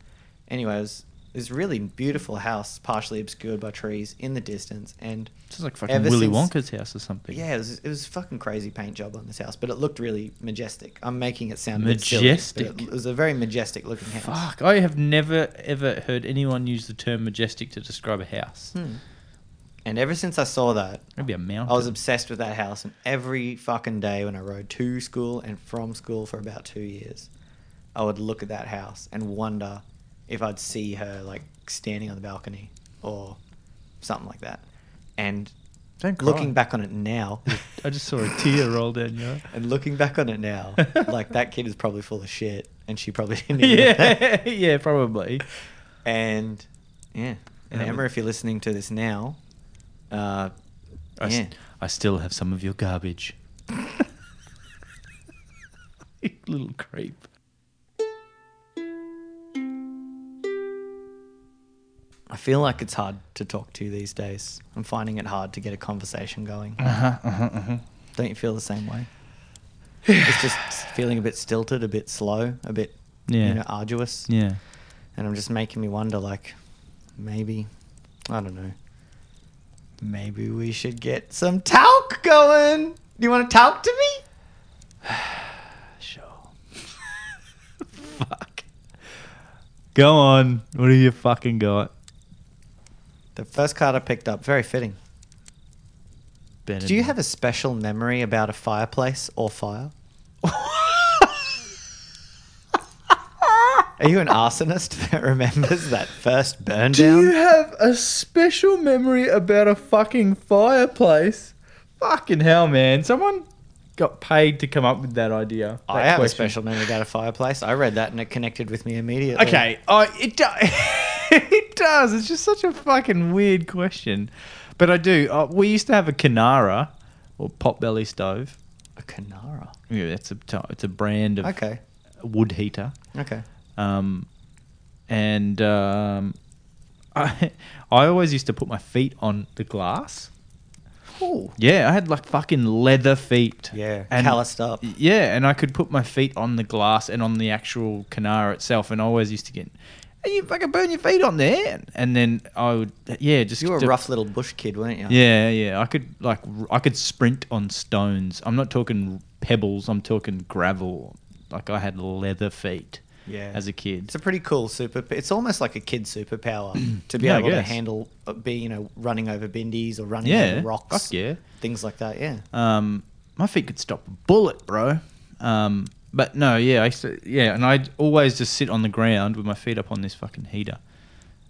[SPEAKER 1] anyway, it was this really beautiful house, partially obscured by trees in the distance, and
[SPEAKER 2] Sounds like fucking
[SPEAKER 1] ever
[SPEAKER 2] Willy
[SPEAKER 1] since-
[SPEAKER 2] Wonka's house or something.
[SPEAKER 1] yeah, it was, it was a fucking crazy paint job on this house, but it looked really majestic. I'm making it sound majestic.
[SPEAKER 2] Majestic.
[SPEAKER 1] it was a very majestic looking house.
[SPEAKER 2] Fuck, I have never ever heard anyone use the term majestic to describe a house.
[SPEAKER 1] Hmm. And ever since I saw that,
[SPEAKER 2] Maybe a mountain.
[SPEAKER 1] I was obsessed with that house. And every fucking day when I rode to school and from school for about two years, I would look at that house and wonder if I'd see her like standing on the balcony or something like that. And
[SPEAKER 2] Don't cry.
[SPEAKER 1] looking back on it now,
[SPEAKER 2] I just saw a tear roll down your eye.
[SPEAKER 1] And looking back on it now, like that kid is probably full of shit, and she probably didn't. Even
[SPEAKER 2] yeah, yeah, probably.
[SPEAKER 1] And yeah, and
[SPEAKER 2] Yeah,
[SPEAKER 1] Emma,
[SPEAKER 2] but-
[SPEAKER 1] if you're listening to this now, uh,
[SPEAKER 2] I, s-
[SPEAKER 1] yeah,
[SPEAKER 2] I still have some of your garbage. You Little creep.
[SPEAKER 1] I feel like it's hard to talk to these days. I'm finding it hard to get a conversation going.
[SPEAKER 2] Uh-huh,
[SPEAKER 1] Don't you feel the same way? it's just feeling a bit stilted, a bit slow, a bit
[SPEAKER 2] Yeah.
[SPEAKER 1] you know, arduous.
[SPEAKER 2] Yeah.
[SPEAKER 1] and I'm just making me wonder, like, maybe, I don't know, maybe we should get some talk going. Do you want to talk to me?
[SPEAKER 2] Sure. Fuck. Go on. What have you fucking got?
[SPEAKER 1] The first card I picked up, very fitting.
[SPEAKER 2] Ben
[SPEAKER 1] Do you have a special memory about a fireplace or fire? Are you an arsonist that remembers that first burn down?
[SPEAKER 2] have a special memory about a fucking fireplace? Fucking hell, man. Someone got paid to come up with that idea.
[SPEAKER 1] I
[SPEAKER 2] that
[SPEAKER 1] have a
[SPEAKER 2] question.
[SPEAKER 1] special memory about a fireplace. I read that and it connected with me immediately.
[SPEAKER 2] Okay, I it do- it does. It's just such a fucking weird question, but I do. Uh, we used to have a Canara or potbelly stove.
[SPEAKER 1] A Canara.
[SPEAKER 2] Yeah, that's a t- it's a brand of
[SPEAKER 1] Okay.
[SPEAKER 2] wood heater.
[SPEAKER 1] Okay.
[SPEAKER 2] Um, and um, I I always used to put my feet on the glass.
[SPEAKER 1] Ooh.
[SPEAKER 2] Yeah, I had like fucking leather feet.
[SPEAKER 1] Yeah.
[SPEAKER 2] and
[SPEAKER 1] calloused up.
[SPEAKER 2] Yeah, and I could put my feet on the glass and on the actual canara itself, and I always used to get, hey, you fucking burn your feet on there, and then I would, yeah, just
[SPEAKER 1] You were a
[SPEAKER 2] do-
[SPEAKER 1] rough little bush kid, weren't you?
[SPEAKER 2] Yeah, yeah, I could like r- I could sprint on stones. I'm not talking pebbles. I'm talking gravel. Like I had leather feet
[SPEAKER 1] Yeah.
[SPEAKER 2] as a kid.
[SPEAKER 1] It's a pretty cool super. It's almost like a kid superpower to be
[SPEAKER 2] Yeah, I
[SPEAKER 1] able to
[SPEAKER 2] guess.
[SPEAKER 1] handle, uh, be you know, running over bindies or running
[SPEAKER 2] Yeah,
[SPEAKER 1] over rocks,
[SPEAKER 2] fuck yeah.
[SPEAKER 1] things like that. Yeah,
[SPEAKER 2] Um, my feet could stop a bullet, bro. Um, but no, yeah, I used to, yeah, and I'd always just sit on the ground with my feet up on this fucking heater,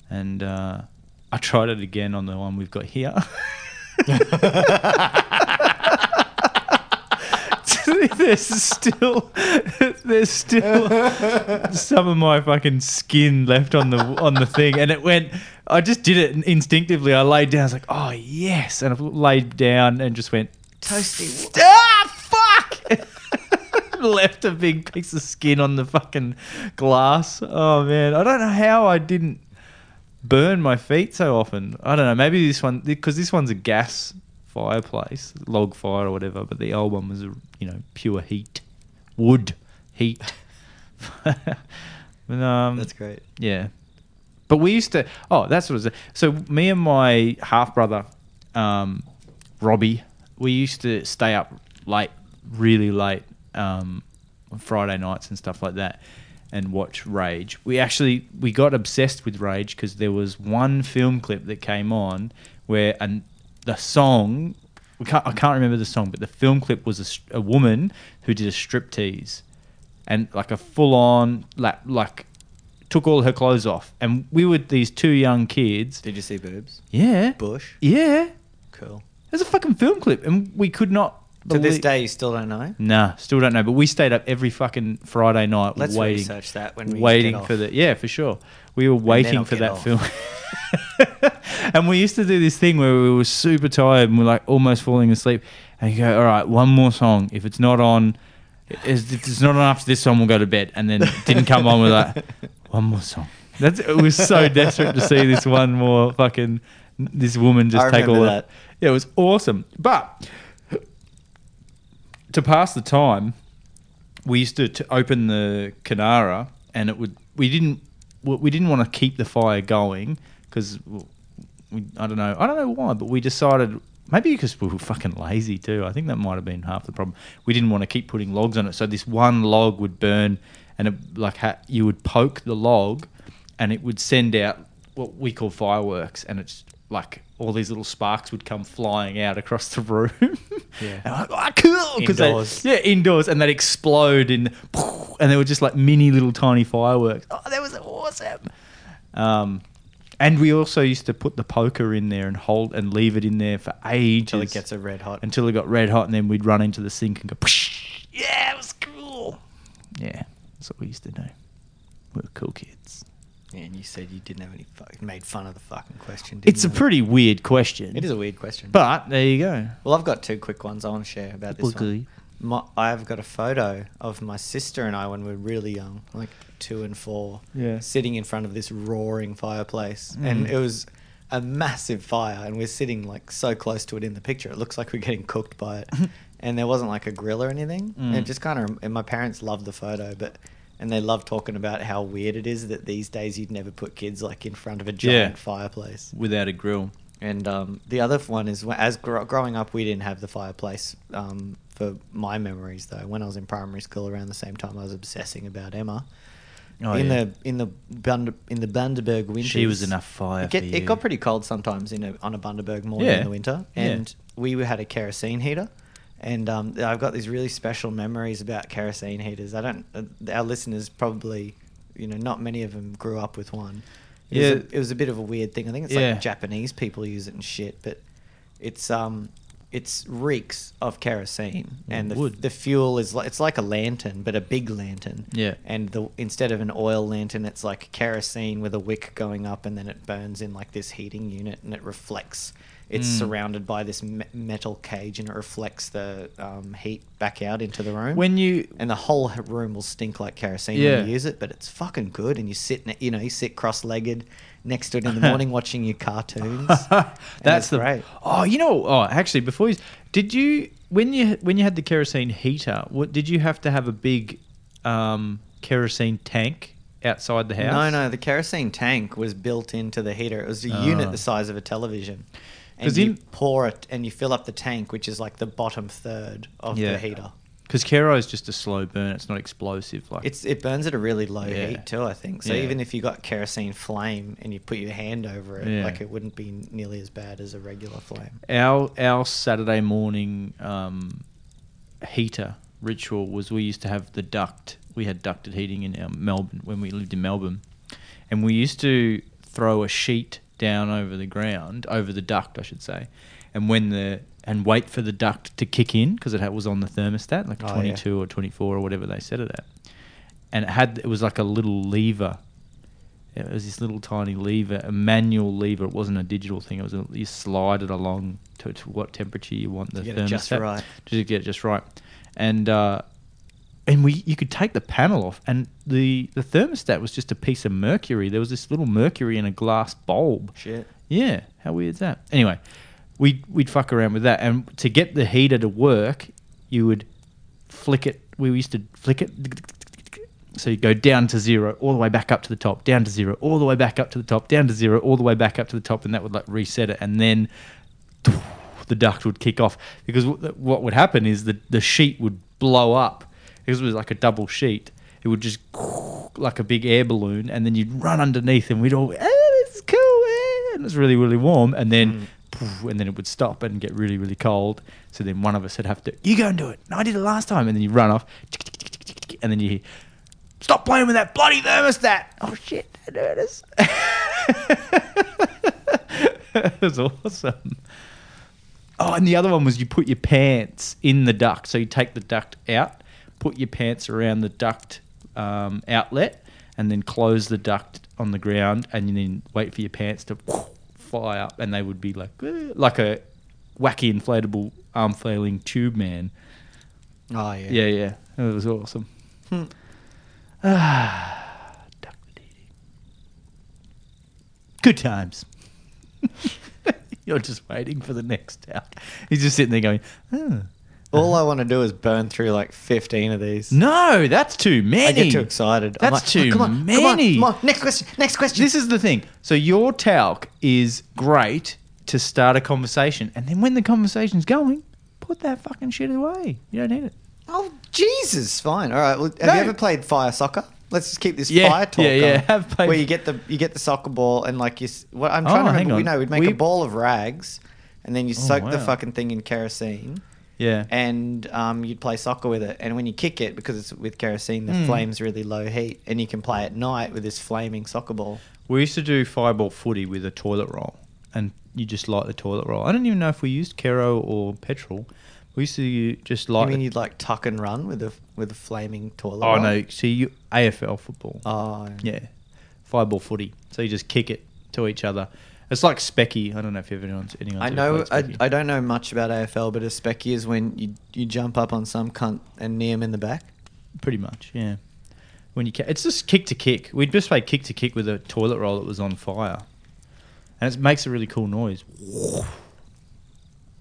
[SPEAKER 2] and uh, I tried it again on the one we've got here. there's still there's still some of my fucking skin left on the on the thing, and it went. I just did it instinctively. I laid down. I was like, "Oh yes," and I laid down and just went,
[SPEAKER 1] toasty.
[SPEAKER 2] "Ah fuck!" left a big piece of skin on the fucking glass. Oh man, I don't know how I didn't burn my feet so often. I don't know. Maybe this one because this one's a gas fireplace, log fire or whatever. But the old one was, a, you know, pure heat, wood heat. but, um,
[SPEAKER 1] That's great.
[SPEAKER 2] yeah. But we used to. Oh, that's what it was. So me and my half brother, um, Robbie, we used to stay up late, really late, um, on Friday nights and stuff like that, and watch Rage. We actually we got obsessed with Rage because there was one film clip that came on where an, the song. We can't, I can't remember the song, but the film clip was a, s- a woman who did a striptease, and like a full on like like took all her clothes off, and we were these two young kids.
[SPEAKER 1] Did you see boobs?
[SPEAKER 2] Yeah,
[SPEAKER 1] Bush.
[SPEAKER 2] yeah.
[SPEAKER 1] Cool.
[SPEAKER 2] There's a fucking film clip, and we could not.
[SPEAKER 1] To this
[SPEAKER 2] belie-
[SPEAKER 1] day, you still don't know.
[SPEAKER 2] nah, still don't know. But we stayed up every fucking Friday night
[SPEAKER 1] Let's
[SPEAKER 2] waiting,
[SPEAKER 1] research that when we
[SPEAKER 2] waiting
[SPEAKER 1] get off.
[SPEAKER 2] for the yeah for sure. We were
[SPEAKER 1] I'll
[SPEAKER 2] waiting for
[SPEAKER 1] get
[SPEAKER 2] that
[SPEAKER 1] off.
[SPEAKER 2] film. and we used to do this thing where we were super tired and we're like almost falling asleep, and you go, "All right, one more song. If it's not on, is- if it's not on after this song, we'll go to bed." And then it didn't come on. We're like, "One more song." That's it was so desperate to see this one more fucking this woman just
[SPEAKER 1] I
[SPEAKER 2] take all
[SPEAKER 1] remember
[SPEAKER 2] that. Yeah, it was awesome. But to pass the time, we used to, to open the Canara, and it would we didn't we we didn't want to keep the fire going because we, I don't know I don't know why, but we decided maybe because we were fucking lazy too. I think that might have been half the problem. We didn't want to keep putting logs on it, so this one log would burn, and it, like ha- you would poke the log, and it would send out what we call fireworks, and it's like all these little sparks would come flying out across the room.
[SPEAKER 1] Yeah.
[SPEAKER 2] and I'm like, oh, cool! 'Cause they-
[SPEAKER 1] Indoors.
[SPEAKER 2] yeah, indoors, and they'd explode in, and they were just like mini little tiny fireworks. Oh, that was awesome. Um, and we also used to put the poker in there and hold and leave it in there for ages
[SPEAKER 1] Till it gets a red hot.
[SPEAKER 2] until it got red hot, and then we'd run into the sink and go, Psh! yeah, it was cool. Yeah, that's what we used to do. We were cool kids.
[SPEAKER 1] and you said you didn't have any fucking made fun of the fucking question. Didn't
[SPEAKER 2] It's a
[SPEAKER 1] you?
[SPEAKER 2] pretty weird question.
[SPEAKER 1] It is a weird question.
[SPEAKER 2] But there you go.
[SPEAKER 1] well, I've got two quick ones I want to share about this
[SPEAKER 2] Okay.
[SPEAKER 1] one. My, I've got a photo of my sister and I when we were really young, like two and four,
[SPEAKER 2] Yeah.
[SPEAKER 1] sitting in front of this roaring fireplace, and
[SPEAKER 2] Mm.
[SPEAKER 1] it was a massive fire, and we're sitting like so close to it in the picture. It looks like we're getting cooked by it, and there wasn't like a grill or anything.
[SPEAKER 2] Mm.
[SPEAKER 1] It just kind of. And my parents loved the photo, but. And they love talking about how weird it is that these days you'd never put kids like in front of a giant fireplace.
[SPEAKER 2] Without a grill.
[SPEAKER 1] And um, the other one is wh- as gr- growing up, we didn't have the fireplace. Um, for my memories, though, when I was in primary school, around the same time, I was obsessing about Emma.
[SPEAKER 2] Oh,
[SPEAKER 1] in
[SPEAKER 2] yeah.
[SPEAKER 1] the in the Bund- in the Bundaberg winters,
[SPEAKER 2] She was enough fire
[SPEAKER 1] It, get-
[SPEAKER 2] for
[SPEAKER 1] it
[SPEAKER 2] you.
[SPEAKER 1] got pretty cold sometimes in a, on a Bundaberg morning
[SPEAKER 2] Yeah.
[SPEAKER 1] in the winter,
[SPEAKER 2] Yeah.
[SPEAKER 1] and we had a kerosene heater. And um, I've got these really special memories about kerosene heaters. I don't. Uh, our listeners probably, you know, not many of them grew up with one. It
[SPEAKER 2] Yeah.
[SPEAKER 1] was a, it was a bit of a weird thing. I think it's
[SPEAKER 2] Yeah.
[SPEAKER 1] like Japanese people use it and shit, but it's um it's reeks of kerosene, and the,
[SPEAKER 2] would.
[SPEAKER 1] the fuel is like it's like a lantern, but a big lantern.
[SPEAKER 2] Yeah.
[SPEAKER 1] And the instead of an oil lantern, it's like kerosene with a wick going up, and then it burns in like this heating unit, and it reflects. It's
[SPEAKER 2] Mm.
[SPEAKER 1] surrounded by this me- metal cage, and it reflects the um, heat back out into the room.
[SPEAKER 2] When you
[SPEAKER 1] and the whole h- room will stink like kerosene
[SPEAKER 2] Yeah.
[SPEAKER 1] when you use it, but it's fucking good. And you sit, ne- you know, you sit cross-legged next to it in the morning watching your cartoons. And
[SPEAKER 2] That's
[SPEAKER 1] it's
[SPEAKER 2] the
[SPEAKER 1] great.
[SPEAKER 2] Oh, you know. Oh, actually, before you did you when you when you had the kerosene heater, what did you have to have a big um, kerosene tank outside the house?
[SPEAKER 1] No, no, the kerosene tank was built into the heater. It was a
[SPEAKER 2] Ah.
[SPEAKER 1] unit the size of a television.
[SPEAKER 2] 'Cause
[SPEAKER 1] And you
[SPEAKER 2] in-
[SPEAKER 1] pour it and you fill up the tank, which is like the bottom third of
[SPEAKER 2] Yeah.
[SPEAKER 1] the heater.
[SPEAKER 2] because kero is just a slow burn. It's not explosive. Like
[SPEAKER 1] It's it burns at a really low
[SPEAKER 2] Yeah.
[SPEAKER 1] heat too, I think. So
[SPEAKER 2] Yeah.
[SPEAKER 1] even if you got kerosene flame and you put your hand over it,
[SPEAKER 2] Yeah.
[SPEAKER 1] like it wouldn't be nearly as bad as a regular flame.
[SPEAKER 2] our our Saturday morning um, heater ritual was we used to have the duct. We had ducted heating in our Melbourne when we lived in Melbourne, and we used to throw a sheet down over the ground, over the duct, I should say, and when the and wait for the duct to kick in because it had- was on the thermostat, like
[SPEAKER 1] Oh, yeah.
[SPEAKER 2] 22 or 24 or whatever they set it at, and it had it was like a little lever it was this little tiny lever, a manual lever. It wasn't a digital thing. It was a, you slide it along to, to what temperature you want the
[SPEAKER 1] To get
[SPEAKER 2] thermostat
[SPEAKER 1] it just right.
[SPEAKER 2] to get it just right. And uh, and we you could take the panel off, and the the thermostat was just a piece of mercury. There was this little mercury in a glass bulb.
[SPEAKER 1] Shit.
[SPEAKER 2] Yeah, how weird is that? Anyway, we'd we'd fuck around with that, and to get the heater to work, you would flick it. We used to flick it. So you go down to zero, all the way back up to the top, down to zero, all the way back up to the top, down to zero, all the way back up to the top, and that would like reset it, and then the duct would kick off because wh- what would happen is the the sheet would blow up because it was like a double sheet. It would just like a big air balloon, and then you'd run underneath, and we'd all, "Ah, this is cool, eh," and it was really really warm, and then. poof, And then it would stop and get really, really cold. So then one of us would have to, you go and do it. No, I did it last time. And then you run off, and then you hear, stop playing with that bloody thermostat. Oh shit, that hurt us. it was awesome. Oh, and the other one was you put your pants in the duct. So you take the duct out, put your pants around the duct um, outlet, and then close the duct on the ground, and then wait for your pants to fly up, and they would be like "Eh," like a wacky inflatable arm flailing tube man.
[SPEAKER 1] Oh yeah.
[SPEAKER 2] Yeah, yeah, it was awesome.
[SPEAKER 1] Hmm.
[SPEAKER 2] Ah, duct eating. Good times. You're just waiting for the next out. He's just sitting there going, oh,
[SPEAKER 1] All I want to do is burn through like 15 of these.
[SPEAKER 2] "No, that's too many."
[SPEAKER 1] I get too excited. I'm
[SPEAKER 2] That's
[SPEAKER 1] like,
[SPEAKER 2] too
[SPEAKER 1] "Oh, come on,
[SPEAKER 2] many.
[SPEAKER 1] Come on, come on. Next question. Next question.
[SPEAKER 2] This is the thing. So your talc is great to start a conversation, and then when the conversation's going, put that fucking shit away. You don't need it.
[SPEAKER 1] oh, Jesus. Fine. All right. Well, have
[SPEAKER 2] No.
[SPEAKER 1] you ever played fire soccer? Let's just keep this
[SPEAKER 2] Yeah,
[SPEAKER 1] fire talk.
[SPEAKER 2] yeah, yeah,
[SPEAKER 1] going,
[SPEAKER 2] I've played-
[SPEAKER 1] Where you get the you get the soccer ball and like you. s- Well, I'm
[SPEAKER 2] Oh,
[SPEAKER 1] trying to
[SPEAKER 2] hang
[SPEAKER 1] remember. We
[SPEAKER 2] on.
[SPEAKER 1] know we'd make
[SPEAKER 2] We-
[SPEAKER 1] a ball of rags, and then you
[SPEAKER 2] Oh,
[SPEAKER 1] soak the
[SPEAKER 2] wow.
[SPEAKER 1] fucking thing in kerosene,
[SPEAKER 2] Yeah.
[SPEAKER 1] and um, you'd play soccer with it. And when you kick it, because it's with kerosene, the
[SPEAKER 2] Mm.
[SPEAKER 1] flame's really low heat, and you can play at night with this flaming soccer ball.
[SPEAKER 2] We used to do fireball footy with a toilet roll, and you just light the toilet roll. I don't even know if we used Kero or petrol. We used to just
[SPEAKER 1] I
[SPEAKER 2] light.
[SPEAKER 1] mean,
[SPEAKER 2] the-
[SPEAKER 1] you'd like tuck and run with a with a flaming toilet.
[SPEAKER 2] oh
[SPEAKER 1] roll?
[SPEAKER 2] no! See, you AFL football.
[SPEAKER 1] Oh
[SPEAKER 2] Yeah, fireball footy. So you just kick it to each other. It's like specky. I don't know if everyone's anyone's
[SPEAKER 1] I
[SPEAKER 2] ever
[SPEAKER 1] know.
[SPEAKER 2] played
[SPEAKER 1] I,
[SPEAKER 2] Specky.
[SPEAKER 1] I don't know much about AFL, but a specky is when you you jump up on some cunt and knee him in the back.
[SPEAKER 2] pretty much. Yeah. When you ca- it's just kick to kick. We'd just play kick to kick with a toilet roll that was on fire, and it makes a really cool noise.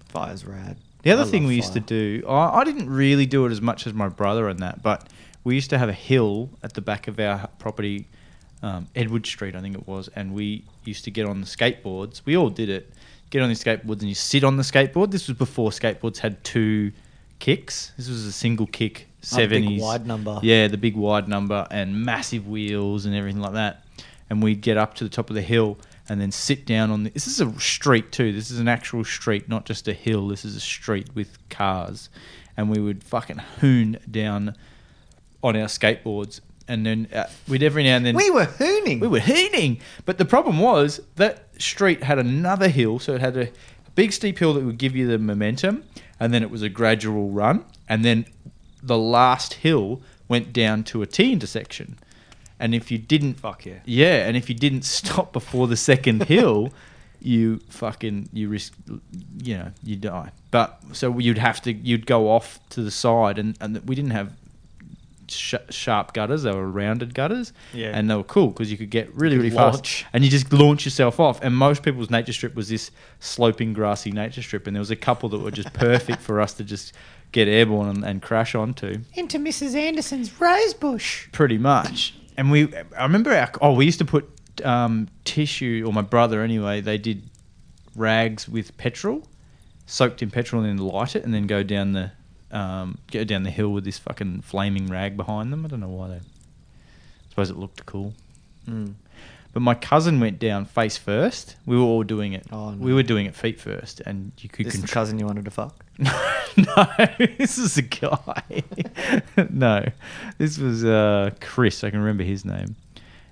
[SPEAKER 1] Fire's rad.
[SPEAKER 2] The other
[SPEAKER 1] I
[SPEAKER 2] thing
[SPEAKER 1] love
[SPEAKER 2] we used to
[SPEAKER 1] fire.
[SPEAKER 2] do, I, I didn't really do it as much as my brother and that, but we used to have a hill at the back of our property, um, Edward Street, I think it was, and we used to get on the skateboards. We all did it. Get on the skateboards and you sit on the skateboard. This was before skateboards had two kicks. This was a single
[SPEAKER 1] Oh,
[SPEAKER 2] kick,
[SPEAKER 1] the big
[SPEAKER 2] seventies
[SPEAKER 1] wide number.
[SPEAKER 2] Yeah, the big wide number and massive wheels and everything like that. And we'd get up to the top of the hill and then sit down on the, this is a street too. This is an actual street, not just a hill. This is a street with cars. And we would fucking hoon down on our skateboards. And then uh, we'd every now and then
[SPEAKER 1] We were hooning.
[SPEAKER 2] we were hooning. But the problem was that street had another hill, so it had a big steep hill that would give you the momentum, and then it was a gradual run, and then the last hill went down to a T intersection, and if you didn't
[SPEAKER 1] Fuck yeah.
[SPEAKER 2] yeah, and if you didn't stop before the second hill, you fucking you risk you know you die. But so you'd have to you'd go off to the side, and and we didn't have sh- sharp gutters; they were rounded gutters,
[SPEAKER 1] Yeah.
[SPEAKER 2] and they were cool because you could get really
[SPEAKER 1] You could
[SPEAKER 2] really
[SPEAKER 1] launch.
[SPEAKER 2] fast, and you just launch yourself off. And most people's nature strip was this sloping grassy nature strip, and there was a couple that were just perfect for us to just get airborne and, and crash onto
[SPEAKER 3] Into Mrs. Anderson's rose bush.
[SPEAKER 2] pretty much. And we, I remember our, oh, we used to put um, tissue, or my brother anyway, they did rags with petrol, soaked in petrol, and then light it, and then go down the, um, go down the hill with this fucking flaming rag behind them. I don't know why they, I suppose it looked cool.
[SPEAKER 1] Mm.
[SPEAKER 2] But my cousin went down face first. We were all doing it.
[SPEAKER 1] Oh, no.
[SPEAKER 2] We were doing it feet first, and you could
[SPEAKER 1] This is the
[SPEAKER 2] control.
[SPEAKER 1] cousin you wanted to fuck.
[SPEAKER 2] no, this is a guy. no, this was uh, Chris. I can remember his name,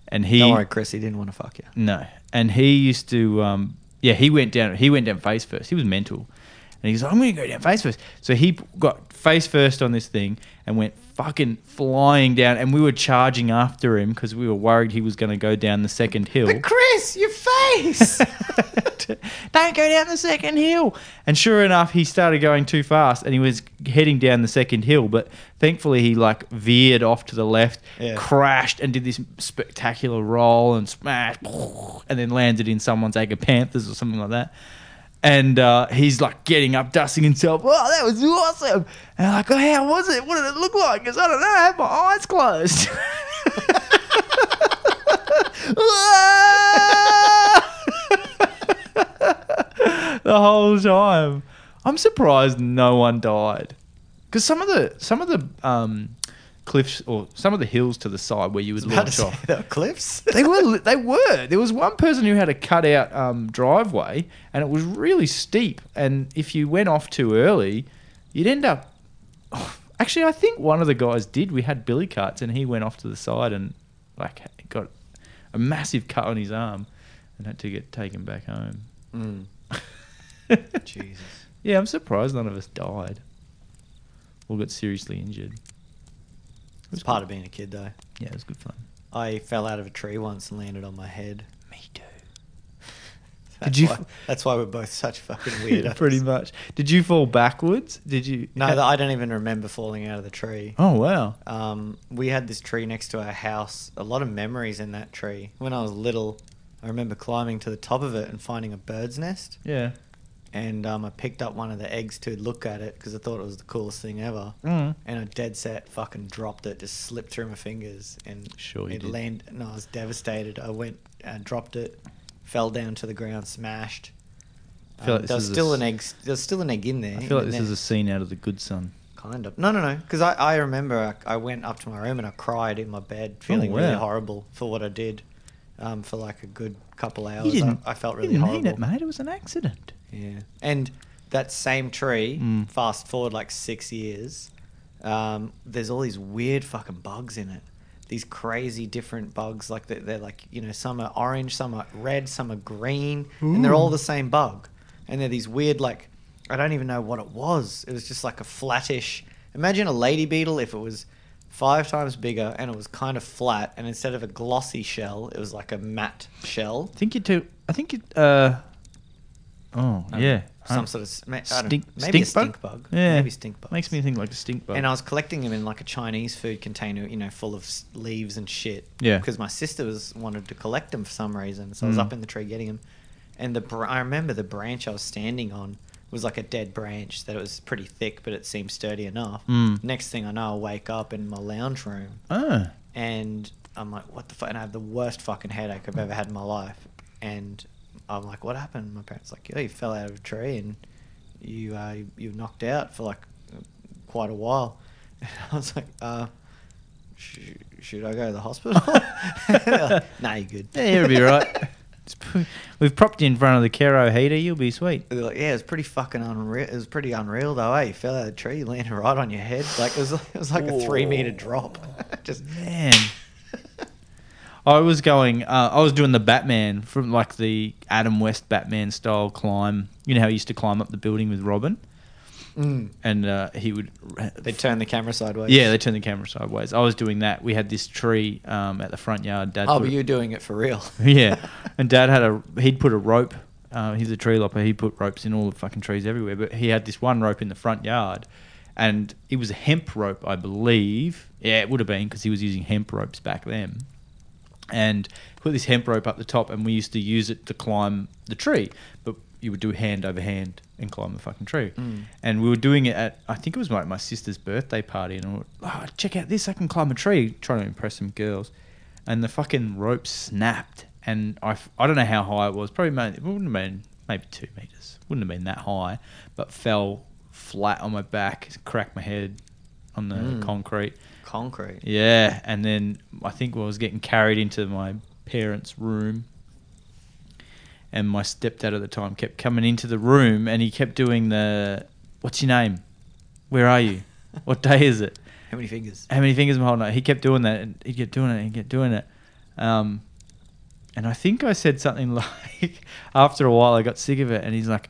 [SPEAKER 2] and he
[SPEAKER 1] Don't worry, Chris. He didn't want to fuck you.
[SPEAKER 2] no, and he used to um, yeah he went down he went down face first. He was mental, and he's like I'm gonna go down face first. So he p- got face first on this thing and went fucking flying down, and we were charging after him because we were worried he was gonna go down the second hill.
[SPEAKER 3] But Chris, your face.
[SPEAKER 2] Don't go down the second hill. And sure enough, he started going too fast and he was heading down the second hill. But thankfully, he like veered off to the left,
[SPEAKER 1] Yeah.
[SPEAKER 2] crashed, and did this spectacular roll and smash, and then landed in someone's agapanthus or something like that. And uh, he's like getting up, dusting himself. Oh, that was awesome. And I'm like, oh, how was it? What did it look like? Because I don't know. I had my eyes closed. the whole time. I'm surprised no one died. Because some of the some of the um, cliffs or some of the hills to the side where you would
[SPEAKER 1] About to
[SPEAKER 2] launch
[SPEAKER 1] say
[SPEAKER 2] off,
[SPEAKER 1] the cliffs.
[SPEAKER 2] they were li- they were. There was one person who had a cut out um, driveway, and it was really steep. And if you went off too early, you'd end up. actually, I think one of the guys did. We had billy cuts, and he went off to the side and like got a massive cut on his arm, and had to get taken back home.
[SPEAKER 1] Mm. Jesus.
[SPEAKER 2] Yeah, I'm surprised none of us died or got seriously injured.
[SPEAKER 1] It's part of being a kid, though.
[SPEAKER 2] Yeah, it was good fun.
[SPEAKER 1] I fell out of a tree once and landed on my head.
[SPEAKER 2] Me too.
[SPEAKER 1] That's
[SPEAKER 2] you
[SPEAKER 1] Why,
[SPEAKER 2] f-
[SPEAKER 1] that's why we're both such fucking weirdos.
[SPEAKER 2] Pretty much. Did you fall backwards? Did you?
[SPEAKER 1] No, th- I don't even remember falling out of the tree.
[SPEAKER 2] Oh wow.
[SPEAKER 1] Um, we had this tree next to our house. A lot of memories in that tree. When I was little, I remember climbing to the top of it and finding a bird's nest.
[SPEAKER 2] Yeah.
[SPEAKER 1] And um, I picked up one of the eggs to look at it because I thought it was the coolest thing ever.
[SPEAKER 2] Mm.
[SPEAKER 1] And I dead set fucking dropped it, just slipped through my fingers, and
[SPEAKER 2] Sure you
[SPEAKER 1] it
[SPEAKER 2] did.
[SPEAKER 1] landed. And I was devastated. I went and dropped it, fell down to the ground, smashed.
[SPEAKER 2] I feel
[SPEAKER 1] Um,
[SPEAKER 2] like
[SPEAKER 1] there
[SPEAKER 2] this
[SPEAKER 1] was
[SPEAKER 2] is a
[SPEAKER 1] still
[SPEAKER 2] s-
[SPEAKER 1] an egg. There's still an egg in there.
[SPEAKER 2] I feel
[SPEAKER 1] in the
[SPEAKER 2] like this is a
[SPEAKER 1] nest.
[SPEAKER 2] scene out of The Good Son.
[SPEAKER 1] Kind of. No, no, no. Because I, I remember I, I went up to my room and I cried in my bed, feeling really
[SPEAKER 2] Oh, wow.
[SPEAKER 1] horrible for what I did um, for like a good couple hours.
[SPEAKER 2] You didn't.
[SPEAKER 1] I, I felt
[SPEAKER 2] you
[SPEAKER 1] really
[SPEAKER 2] didn't
[SPEAKER 1] horrible.
[SPEAKER 2] mean it, mate. It was an accident.
[SPEAKER 1] Yeah. And that same tree,
[SPEAKER 2] Mm.
[SPEAKER 1] fast forward like six years, um, there's all these weird fucking bugs in it. These crazy different bugs. Like they're, they're like, you know, some are orange, some are red, some are green, and they're all the same bug. And they're these weird, like, I don't even know what it was. It was just like a flattish. Imagine a lady beetle if it was five times bigger and it was kind of flat, and instead of a glossy shell, it was like a matte shell.
[SPEAKER 2] I think you too. I think you. Uh, oh
[SPEAKER 1] Um,
[SPEAKER 2] yeah.
[SPEAKER 1] some
[SPEAKER 2] Huh.
[SPEAKER 1] sort of sm- I don't,
[SPEAKER 2] stink.
[SPEAKER 1] maybe
[SPEAKER 2] stink
[SPEAKER 1] a stink bug.
[SPEAKER 2] Yeah.
[SPEAKER 1] maybe stink bug.
[SPEAKER 2] Makes me think like a stink bug.
[SPEAKER 1] And I was collecting them in like a Chinese food container, you know, full of s- leaves and shit.
[SPEAKER 2] Yeah.
[SPEAKER 1] Because my sister was wanted to collect them for some reason, so I was
[SPEAKER 2] Mm.
[SPEAKER 1] up in the tree getting them. And the br- I remember the branch I was standing on was like a dead branch that it was pretty thick, but it seemed sturdy enough.
[SPEAKER 2] Mm.
[SPEAKER 1] Next thing I know, I wake up in my lounge room
[SPEAKER 2] Oh.
[SPEAKER 1] and I'm like, what the fuck? And I have the worst fucking headache I've ever had in my life. And I'm like, what happened? My parents like, yeah, you fell out of a tree and you uh, you, you were knocked out for like uh, quite a while. And I was like, uh, sh- should I go to the hospital? They're like, nah, you're good.
[SPEAKER 2] Yeah, it'll be right. It's p- We've propped you in front of the Caro heater. You'll be sweet.
[SPEAKER 1] They're like, yeah, it was pretty fucking unreal. It was pretty unreal though. Eh? You fell out of the tree, you landed right on your head. Like it was, it was like a three meter drop. Just
[SPEAKER 2] Man. I was going. Uh, I was doing the Batman from like the Adam West Batman style climb You know how he used to climb up the building with Robin,
[SPEAKER 1] Mm.
[SPEAKER 2] and uh, he would.
[SPEAKER 1] They turn the camera sideways.
[SPEAKER 2] yeah, they turned the camera sideways. I was doing that. We had this tree um, at the front yard. Dad.
[SPEAKER 1] Oh,
[SPEAKER 2] put
[SPEAKER 1] but
[SPEAKER 2] a-
[SPEAKER 1] you're doing it for real.
[SPEAKER 2] yeah, and Dad had a he'd put a rope. Uh, he's a tree lopper. He put ropes in all the fucking trees everywhere. But he had this one rope in the front yard, and it was a hemp rope, I believe. Yeah, it would have been because he was using hemp ropes back then. And put this hemp rope up the top, and we used to use it to climb the tree. But you would do hand over hand and climb the fucking tree.
[SPEAKER 1] Mm.
[SPEAKER 2] And we were doing it at I think it was like my sister's birthday party, and I went, oh, check out this! I can climb a tree, trying to impress some girls and the fucking rope snapped. And I, f- I don't know how high it was. Probably ma- it wouldn't have been maybe two meters. Wouldn't have been that high, but fell flat on my back, cracked my head on the
[SPEAKER 1] Mm.
[SPEAKER 2] concrete.
[SPEAKER 1] Concrete.
[SPEAKER 2] Yeah, and then I think I was getting carried into my parents' room, and my stepdad at the time kept coming into the room, and he kept doing the, "What's your name? Where are you? What day is it?"
[SPEAKER 1] How many fingers?
[SPEAKER 2] how many fingers am I holding up? He kept doing that and he kept doing it and he kept doing it. Um, and I think I said something like, after a while, I got sick of it. And he's like,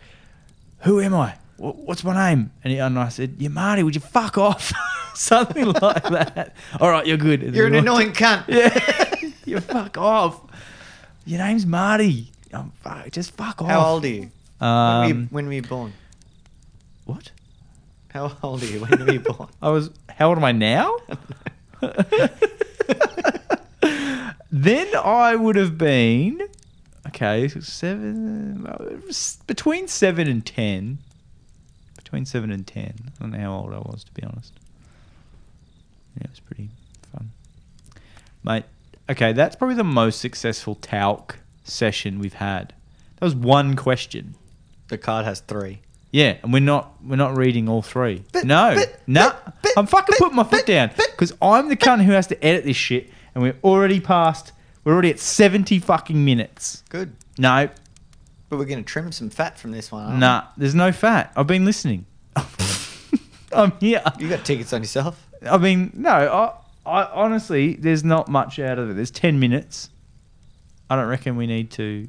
[SPEAKER 2] Who am I? Wha- What's my name? And, he, and I said, You Marty, would you fuck off? something like that. All right, you're good. And
[SPEAKER 1] You're an
[SPEAKER 2] then he
[SPEAKER 1] annoying
[SPEAKER 2] walked-
[SPEAKER 1] cunt.
[SPEAKER 2] Yeah. you fuck off. Your name's Marty. Um, fuck, just fuck off.
[SPEAKER 1] How old are you? when, were you?
[SPEAKER 2] Um,
[SPEAKER 1] when were you born?
[SPEAKER 2] what?
[SPEAKER 1] How old are you? When were you born?
[SPEAKER 2] I was. How old am I now? then I would have been okay, so seven between seven and ten. Between seven and ten. I don't know how old I was to be honest. Yeah, it was pretty fun, mate. Okay, that's probably the most successful talc session we've had. That was one question.
[SPEAKER 1] The card has three.
[SPEAKER 2] Yeah, and we're not we're not reading all three.
[SPEAKER 1] But-
[SPEAKER 2] no,
[SPEAKER 1] but-
[SPEAKER 2] no,
[SPEAKER 1] but- but-
[SPEAKER 2] I'm fucking
[SPEAKER 1] but-
[SPEAKER 2] putting my foot
[SPEAKER 1] but-
[SPEAKER 2] down
[SPEAKER 1] but-
[SPEAKER 2] because I'm the cunt who has to edit this shit, and we're already past. We're already at seventy fucking minutes.
[SPEAKER 1] Good.
[SPEAKER 2] No,
[SPEAKER 1] But we're going to trim some fat from this one. aren't we?
[SPEAKER 2] nah, there's no fat. I've been listening. I'm here.
[SPEAKER 1] You got tickets on yourself.
[SPEAKER 2] I mean, no, I, I honestly, there's not much out of it. There's ten minutes. I don't reckon we need to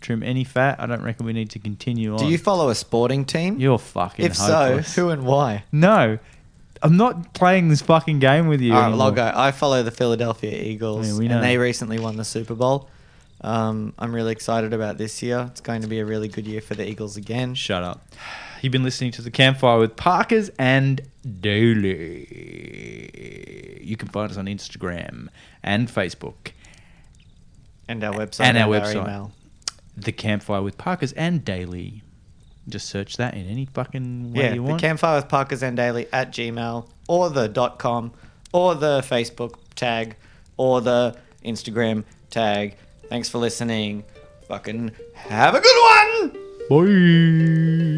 [SPEAKER 2] trim any fat. I don't reckon we need to continue on.
[SPEAKER 1] Do you follow a sporting team?
[SPEAKER 2] You're fucking.
[SPEAKER 1] if
[SPEAKER 2] hopeless.
[SPEAKER 1] so, who and why?
[SPEAKER 2] No, I'm not playing this fucking game with you.
[SPEAKER 1] All right,
[SPEAKER 2] anymore.
[SPEAKER 1] Logo. I follow the Philadelphia Eagles,
[SPEAKER 2] Yeah, we know.
[SPEAKER 1] and they recently won the Super Bowl. Um, I'm really excited about this year. It's going to be a really good year for the Eagles again.
[SPEAKER 2] Shut up. You've been listening to The Campfire with Parkers and Daly. You can find us on Instagram and Facebook.
[SPEAKER 1] And our website
[SPEAKER 2] And
[SPEAKER 1] and
[SPEAKER 2] our
[SPEAKER 1] our,
[SPEAKER 2] website.
[SPEAKER 1] email.
[SPEAKER 2] The Campfire with Parkers and Daly. Just search that in any fucking way
[SPEAKER 1] Yeah,
[SPEAKER 2] you
[SPEAKER 1] the
[SPEAKER 2] want.
[SPEAKER 1] campfire with Parker Daily at Gmail or the dot com or the Facebook tag or the Instagram tag. Thanks for listening. Fucking have a good one.
[SPEAKER 2] Bye.